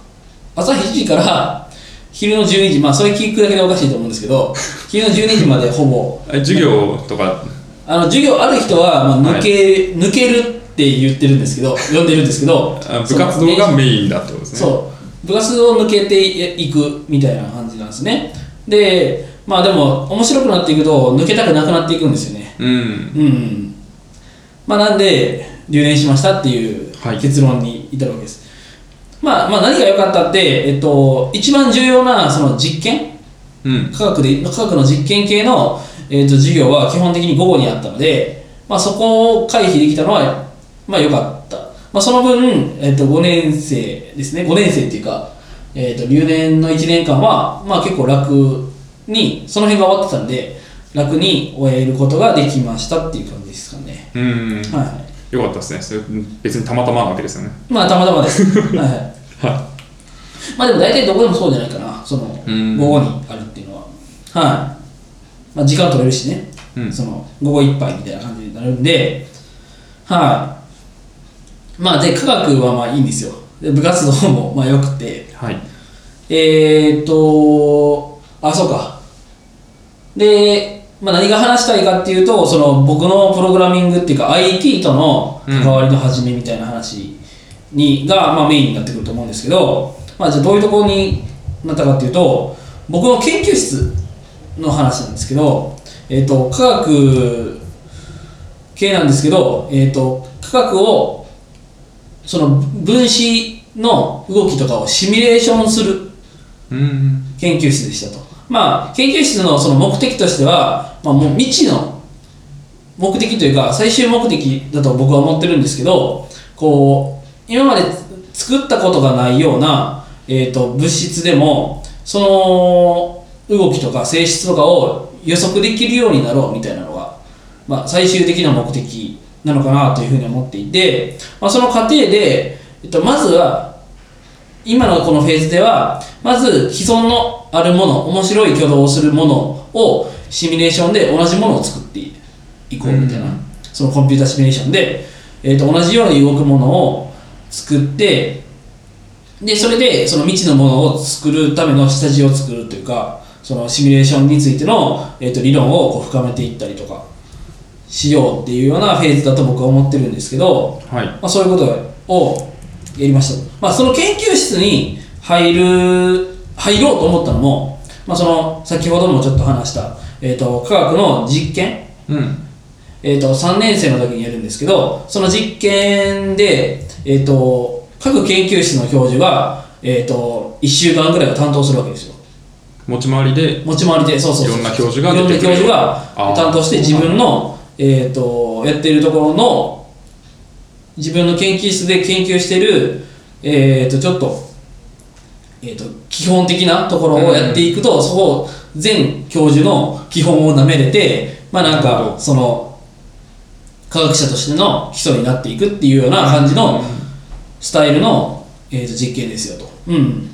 朝7時から昼の12時まあそれ聞くだけでおかしいと思うんですけ ど昼の12時までほぼ
え授業とか
あの授業ある人は、まあ、抜け、抜けるって言ってるんですけど呼んでるんですけど
あ部活動がメインだってことですね
そう部活を抜けていくみたいな感じなんですねでまあでも面白くなっていくと抜けたくなくなっていくんですよね
うん
うんまあなんで留年しましたっていう
はい
結論に至るわけです、まあまあ何が良かったって、えっと、一番重要なその実験
うん
科学で科学の実験系の、えー、と授業は基本的に午後にあったので、まあ、そこを回避できたのはまあ良かった、まあ、その分、えー、と5年生ですね5年生っていうか、えー、と留年の1年間は、まあ、結構楽にその辺が終わってたんで楽に終えることができましたっていう感じですかね、
うん
はいはい
よかったですねそれ別にたまたまなわけですよね
まあたまたまですはい、はい、
は
まあでも大体どこでもそうじゃないかなその午
うん
後にあるっていうのははい、まあ、時間取れるしね
い、うん、
その午後一杯みたいな感じになるんで、はい、まあで科学はまあいいんですよ。で部活動もまあ良くて、
はい
えーっと、あそうか。で、まあ何が話したいかっていうと、その僕のプログラミングっていうか IT との関わりの始めみたいな話に、がまあメインになってくると思うんですけど、まあじゃあどういうところになったかっていうと、僕の研究室の話なんですけど、えーっと科学系なんですけど、えーっと科学をその分子の動きとかをシミュレーションする
うん
研究室でしたと。まあ、研究室のその目的としては、まあ、もう未知の目的というか、最終目的だと僕は思ってるんですけど、こう、今まで作ったことがないような、えー、と物質でも、その動きとか性質とかを予測できるようになろうみたいなのが、まあ、最終的な目的なのかなというふうに思っていて、まあ、その過程で、えっと、まずは今のこのフェーズではまず既存のあるもの面白い挙動をするものをシミュレーションで同じものを作っていこうみたいな、
うん
そのコンピュータシミュレーションで、えー、と同じように動くものを作ってでそれでその未知のものを作るための下地を作るというかそのシミュレーションについての、えー、と理論をこう深めていったりとかしようっていうようなフェーズだと僕は思ってるんですけど、
はい
まあ、そういうことをやりました、まあ、その研究室に入る入ろうと思ったのも、まあ、その先ほどもちょっと話した、えー、と科学の実験、
うん
えー、と3年生の時にやるんですけどその実験で、えー、と各研究室の教授が、えー、と1週間ぐらいを担当するわけですよ
持ち回りで
持ち回りでそうそうそう
いろんな教授が
いろんな
出てく
教
る
授が
あー
担当して自分の、えー、とやっているところの自分の研究室で研究している、えー、とちょっと,、えー、と基本的なところをやっていくと、そこを全教授の基本をなめれてまあなん
なるほ
か
ど
その科学者としての基礎になっていくっていうような感じのスタイルの、えー、と実験ですよと。うん、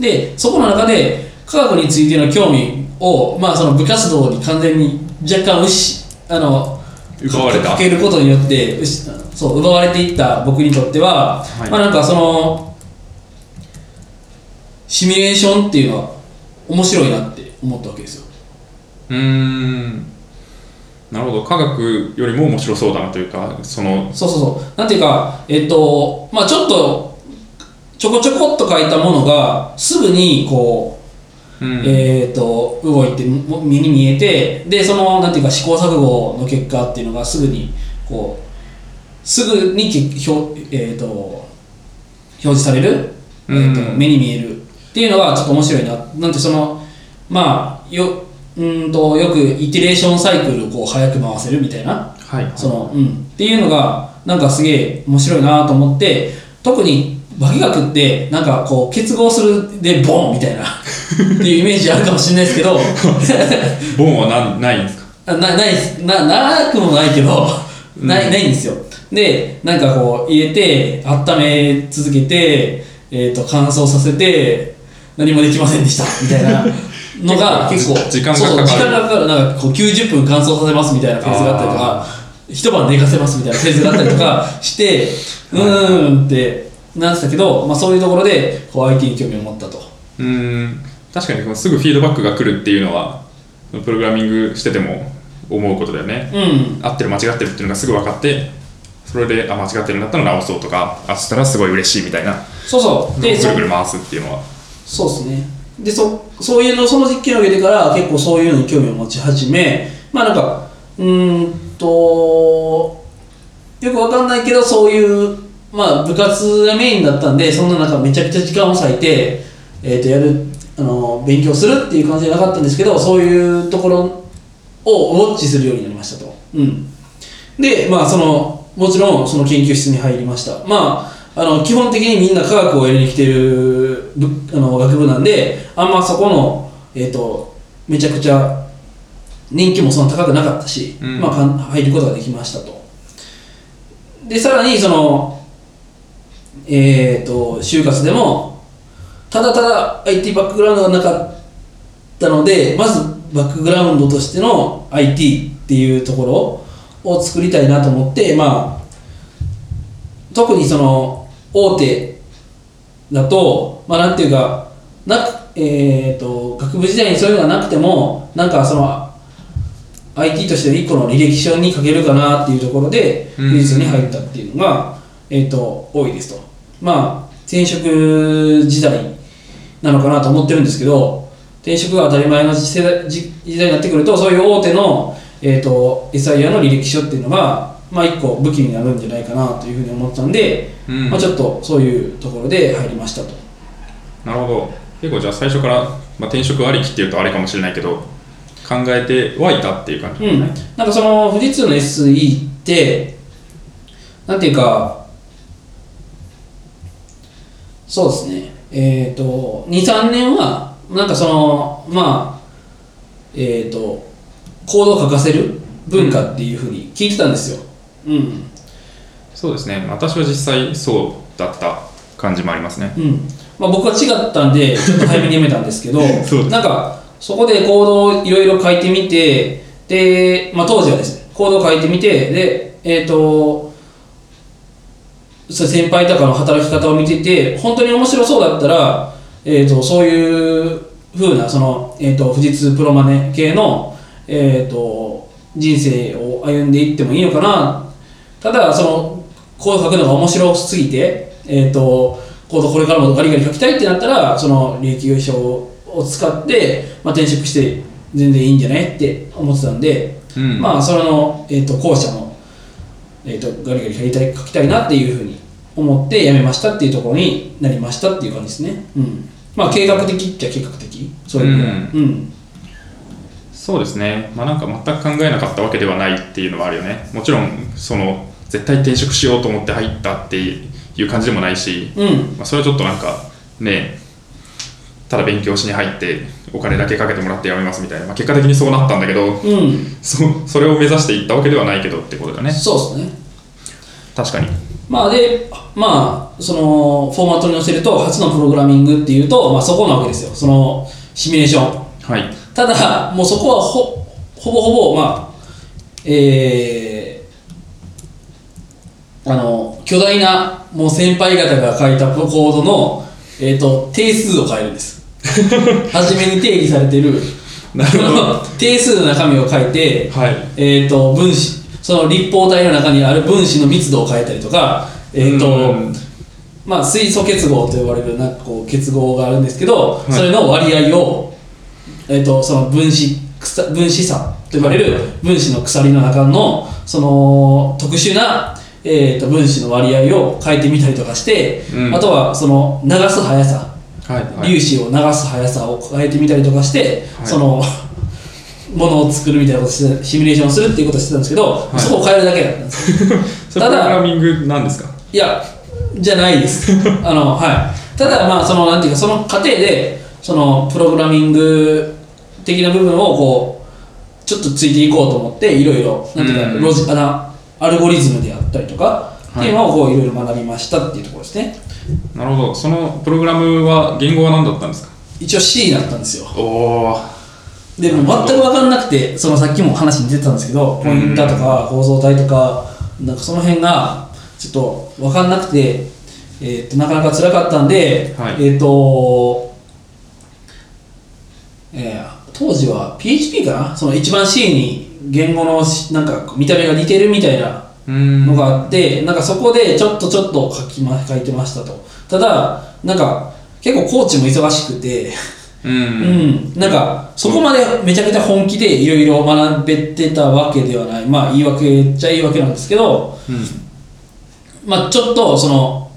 でそこの中で科学についての興味を、まあ、その部活動に完全に若干うしあの
奪われた
かけることによってうしそう奪われていった僕にとっては、
はい
まあなんかそのシミュレーションっていうのは面白いなって思ったわけですよ。
うーんなるほど科学よりも面白そうだなというかその
そうそうそうなんていうかえっとまあちょっとちょこちょこっと書いたものがすぐにこう
うん、
えー、と動いても目に見えてでそのなんていうか試行錯誤の結果っていうのがすぐにこうすぐにけ表,、えー、と表示される、えーと
うん
目に見えるっていうのがちょっと面白いななんてそのまあようーんとよくイテレーションサイクルをこう早く回せるみたいな
はい
その、うん、っていうのがなんかすげえ面白いなと思って特に化学ってなんかこう結合するでボンみたいなっていうイメージあるかもしれないですけど
ボンはなんないんですか
あなないですななくもないけどないないんですよでなんかこう入れて温め続けて、えー、と乾燥させて何もできませんでしたみたいなの が結
結
構
構時間が
そうそう
かかる
時間がかかるなんかこう90分乾燥させますみたいなフェーズがあったりとか一晩寝かせますみたいなフェーズがあったりとか してうーんってなってたけど、まあ、そういうところでこう IT に興味を持ったと
うーん確かにこのすぐフィードバックが来るっていうのはプログラミングしてても思うことだよね、
うん
合ってる間違ってるっていうのがすぐ分かってそれであ間違ってるんだったら直そうとかあそしたらすごい嬉しいみたいな
そうそう
ぐ
でそ
るぐる回すっていうのは
そうですね。で、そそういうの、その実験を受けてから、結構そういうのに興味を持ち始め、まあなんか、うーんと、よくわかんないけど、そういう、まあ部活がメインだったんで、そんな中めちゃくちゃ時間を割いて、えっ、と、やる、あの、勉強するっていう感じじゃなかったんですけど、そういうところをウォッチするようになりましたと。うん。で、まあ、そのもちろんその研究室に入りました、まあ、あの基本的にみんな科学をやりに来てる部あの学部なんであんまそこの、えっとめちゃくちゃ人気もそんな高くなかったし、
うん
まあ、かん入ることができましたとでさらにそのえっ、と就活でもただただ IT バックグラウンドがなかったのでまずバックグラウンドとしての IT っていうところを作りたいなと思ってまあ特にその大手だとまあなんていうかなくえー、と学部時代にそういうのがなくてもなんかその IT としての一個の履歴書に書けるかなっていうところで
うん
技術に入ったっていうのが、えー、と多いですとまあ転職時代なのかなと思ってるんですけど転職が当たり前の世代時時代になってくるとそういう大手の、えー、と SIR の履歴書っていうのが、まあ、一個武器になるんじゃないかなというふうに思ったんで、
うん
まあ、ちょっとそういうところで入りましたと。
なるほど結構じゃあ最初から、まあ、転職ありきっていうとあれかもしれないけど考えてはいたっていう感じ
うん、なんかその富士通の SE ってなんていうかそうですねえっ、と23年はなんかそのまあえっ、とコードを書かせる文化っていうふうに聞いてたんですよ、うん、
そうですね私は実際そうだった感じもありますね
うんまあ、僕は違ったんでちょっと早めにやめたんですけど
そうです
なんかそこで行動をいろいろ書いてみてで、まあ、当時はですね行動を書いてみてでえっ、とそう先輩とかの働き方を見てて本当に面白そうだったら、えー、とそういう風なその、えー、と富士通プロマネ系の、えー、と人生を歩んでいってもいいのかなただそのコード書くのが面白すぎて、えー、とコードこれからもガリガリ書きたいってなったらその利益書を使って、まあ、転職して全然いいんじゃないって思ってたんで、
うん
まあそれの、えー、と後者の、えー、とガリガリ書きたい書きたいなっていうふうに思って辞めましたっていうところになりましたっていう感じですね、うん、まあ計画的っちゃ計画的そういうのは
う
うん
そうですねまあなんか全く考えなかったわけではないっていうのはあるよねもちろんその絶対転職しようと思って入ったっていう感じでもないし、
うん
まあ、それはちょっとなんかねただ勉強しに入ってお金だけかけてもらってやめますみたいな、まあ、結果的にそうなったんだけど
うん
そそれを目指していったわけではないけどってことだね
そうですね
確かに
まあで、まあ、そのフォーマットに載せると、初のプログラミングっていうと、まあ、そこなわけですよ、そのシミュレーション。
はい
ただ、もうそこはほほぼほぼ、まあえーあの巨大なもう先輩方が書いたコードの、えー、と定数を変えるん です。初めに定義されてる
なるほど
定数の中身を書いて、
はい
えー、と分子その立方体の中にある分子の密度を変えたりとか、えー
うん
とまあ、水素結合と呼ばれるなんかこう結合があるんですけど、
い
それの割合を、えー、とその分子くさ分子差と呼ばれる分子の鎖の中のその特殊な、えー、と分子の割合を変えてみたりとかして、
うん
あとはその流す速さ
はい、は
粒
い、
子を流す速さを変えてみたりとかして、
はい
その ものを作るみたいなことをしてシミュレーションするっていうことをしてたんですけど、
い
そこを変えるだけだったんです
それ
た
プロ
だ
グラミングなんですか
いやじゃないです あのはいただまあそのなんていうかその過程でそのプログラミング的な部分をこうちょっとついていこうと思っていろいろなんていうか、
うん
ロジあのアルゴリズムであったりとか、
い
っていうのをこういろいろ学びましたっていうところですね
なるほどそのプログラムは言語は何だったんですか
一応 C だったんですよ
おお
でもう全く分かんなくてそのさっきも話に出てたんですけどポインターとか構造体とかなんかその辺がちょっと分かんなくて、えー、となかなか辛かったんで、
はい
えっ、と、えー当時は PHP かなその一番 C に言語のしなんか見た目が似てるみたいな
うーん
のがあって、なんかそこでちょっとちょっと書き、ま、書いてましたとただなんか結構コーチも忙しくて
うん、
うん、なんかそこまでめちゃくちゃ本気でいろいろ学べてたわけではないまあ言い訳っちゃ言い訳なんですけど、
うん
まあ、ちょっとその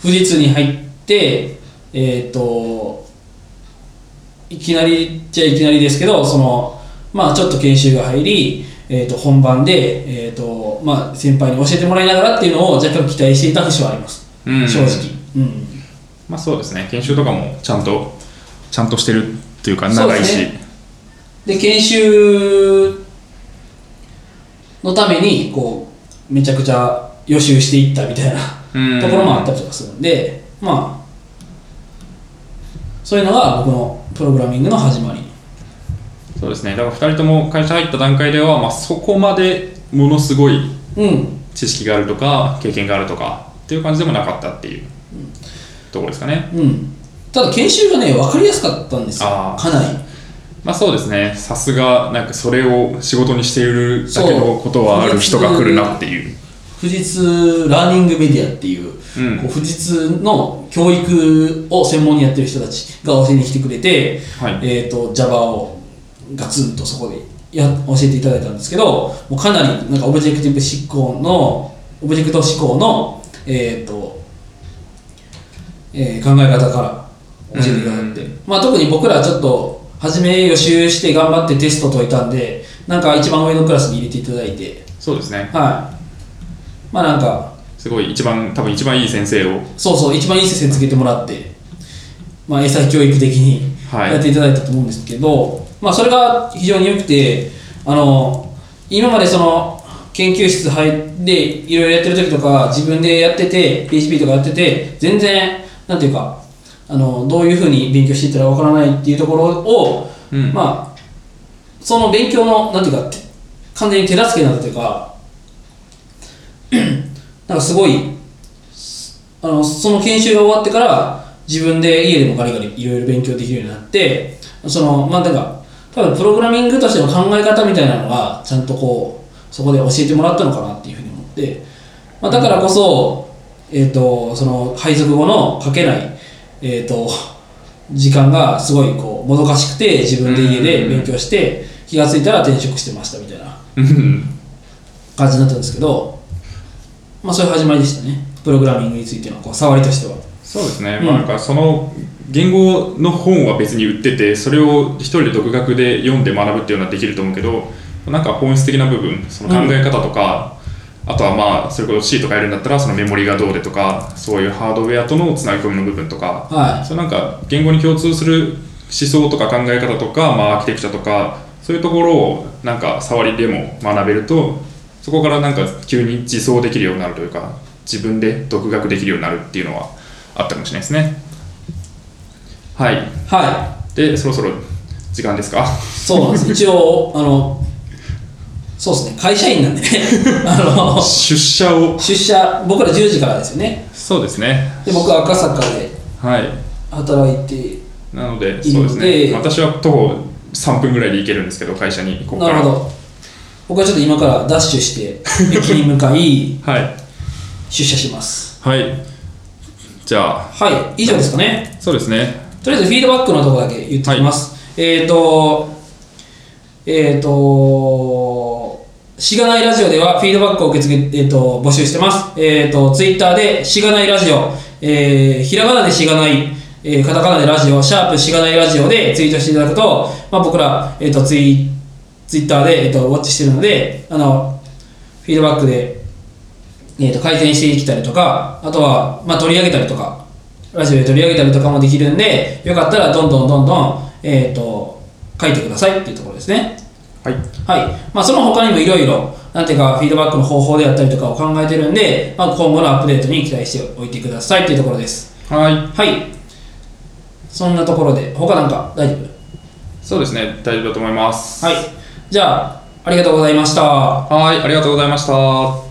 富士通に入ってえっ、といきなりじゃいきなりですけどそのまあちょっと研修が入り、えー、と本番で、えーとまあ、先輩に教えてもらいながらっていうのを若干期待していた節はあります、
うん
正直、うん、
まあそうですね研修とかもちゃんとちゃんとしてるっていうか
そう
長
で
い
す
し、
ねで研修のためにこうめちゃくちゃ予習していったみたい
うん
なところもあったりとかするんでまあそういうのが僕のプログラミングの始まり
そうですねだから2人とも会社入った段階では、まあ、そこまでものすごい
うん
知識があるとか経験があるとかっていう感じでもなかったっていうところですかね
うんただ研修がね分かりやすかったんですよ
あー
かなり
まあそうですねさすがなんかそれを仕事にしているだけのことはある人が来るなっていう
富士通ラーニングメディアっていう,、
うん
こう富士通の教育を専門にやってる人たちが教えに来てくれて、
はい
えー、と Java をガツンとそこでや教えていただいたんですけどもうかなりなんかオブジェクティブ思考のオブジェクト思考の、えーとえー考え方から教えていただいて、
うん
まあ、特に僕らはちょっと初め予習して頑張ってテスト解いたんでなんか一番上のクラスに入れていただいて。
そうですね
はい。まあなんか、
すごい一番多分一番いい先生を
そうそう、一番いい先生つけてもらって、まあ、英才教育的に
はい
やっていただいたと思うんですけど、まあそれが非常に良くて、あの、今までその、研究室入って、いろいろやってる時とか、自分でやってて、PHP とかやってて、全然、なんていうか、あの、どういうふうに勉強していったらわからないっていうところを、
うん
まあ、その勉強の、なんていうか、て完全に手助けになったというか、 なんかすごい、あのその研修が終わってから自分で家でもガリガリいろいろ勉強できるようになってそのまあなんか多分プログラミングとしての考え方みたいなのがちゃんとこうそこで教えてもらったのかなっていうふうに思って、まあ、だからこそ,、えー、とその配属後のかけない、えー、と時間がすごいこうもどかしくて自分で家で勉強して気がついたら転職してましたみたいな
うん
感じになったんですけど、まあ、そういう始まりでしたねプログラミングについてのこう触りとしては。
そうですね、
うん
まあなんかその言語の本は別に売っててそれを一人で独学で読んで学ぶっていうのはできると思うけどなんか本質的な部分その考え方とか、あとはまあそれこそ C とかやるんだったらそのメモリがどうでとかそういうハードウェアとのつなぎ込みの部分とか
はい
そうなんか言語に共通する思想とか考え方とか、まあ、アーキテクチャとかそういうところをなんか触りでも学べるとそこからなんか急に自走できるようになるというか自分で独学できるようになるっていうのはあったかもしれないですねはい
は
でそろそろ時 間ですか
い、そうなん です。一応、あの、そうですね、会社員なん でね、あの、
出社を
出社、僕ら10時からですよね。
そうですね
で、僕は赤坂で
はい
働いて、
なので
いい
そう
の
で
です
ね私は徒歩3分ぐらいで行けるんですけど会社にここか
な
ら
るほど。僕はちょっと今からダッシュして、駅に向かい、
はい
出社します。
はいじゃあ
はい、以上ですかね。
そうですね
とりあえずフィードバックのところだけ言っておきます。えっ、と、えっ、と、しがないラジオではフィードバックを受け付け、えー、と募集してます。えっ、と、ツイッターでしがないラジオ、えーひらがなでしがない、えーカタカナでラジオ、シャープしがないラジオでツイートしていただくと、まあ、僕ら、えっ、と、ツイツイッターで、えっと、ウォッチしてるので、あの、フィードバックで、えっと、改善していきたりとか、あとは、まあ、取り上げたりとか、ラジオで取り上げたりとかもできるんで、よかったら、どんどんどんどん、えっと、書いてくださいっていうところですね。
はい。
はい。まあ、その他にもいろいろ、なんていうか、フィードバックの方法であったりとかを考えてるんで、まあ、今後のアップデートに期待しておいてくださいっていうところです。
はい。
はい。そんなところで、他なんか大丈夫
そうですね。大丈夫だと思います。
はい。じゃあ、ありがとうございました。
はい。ありがとうございました。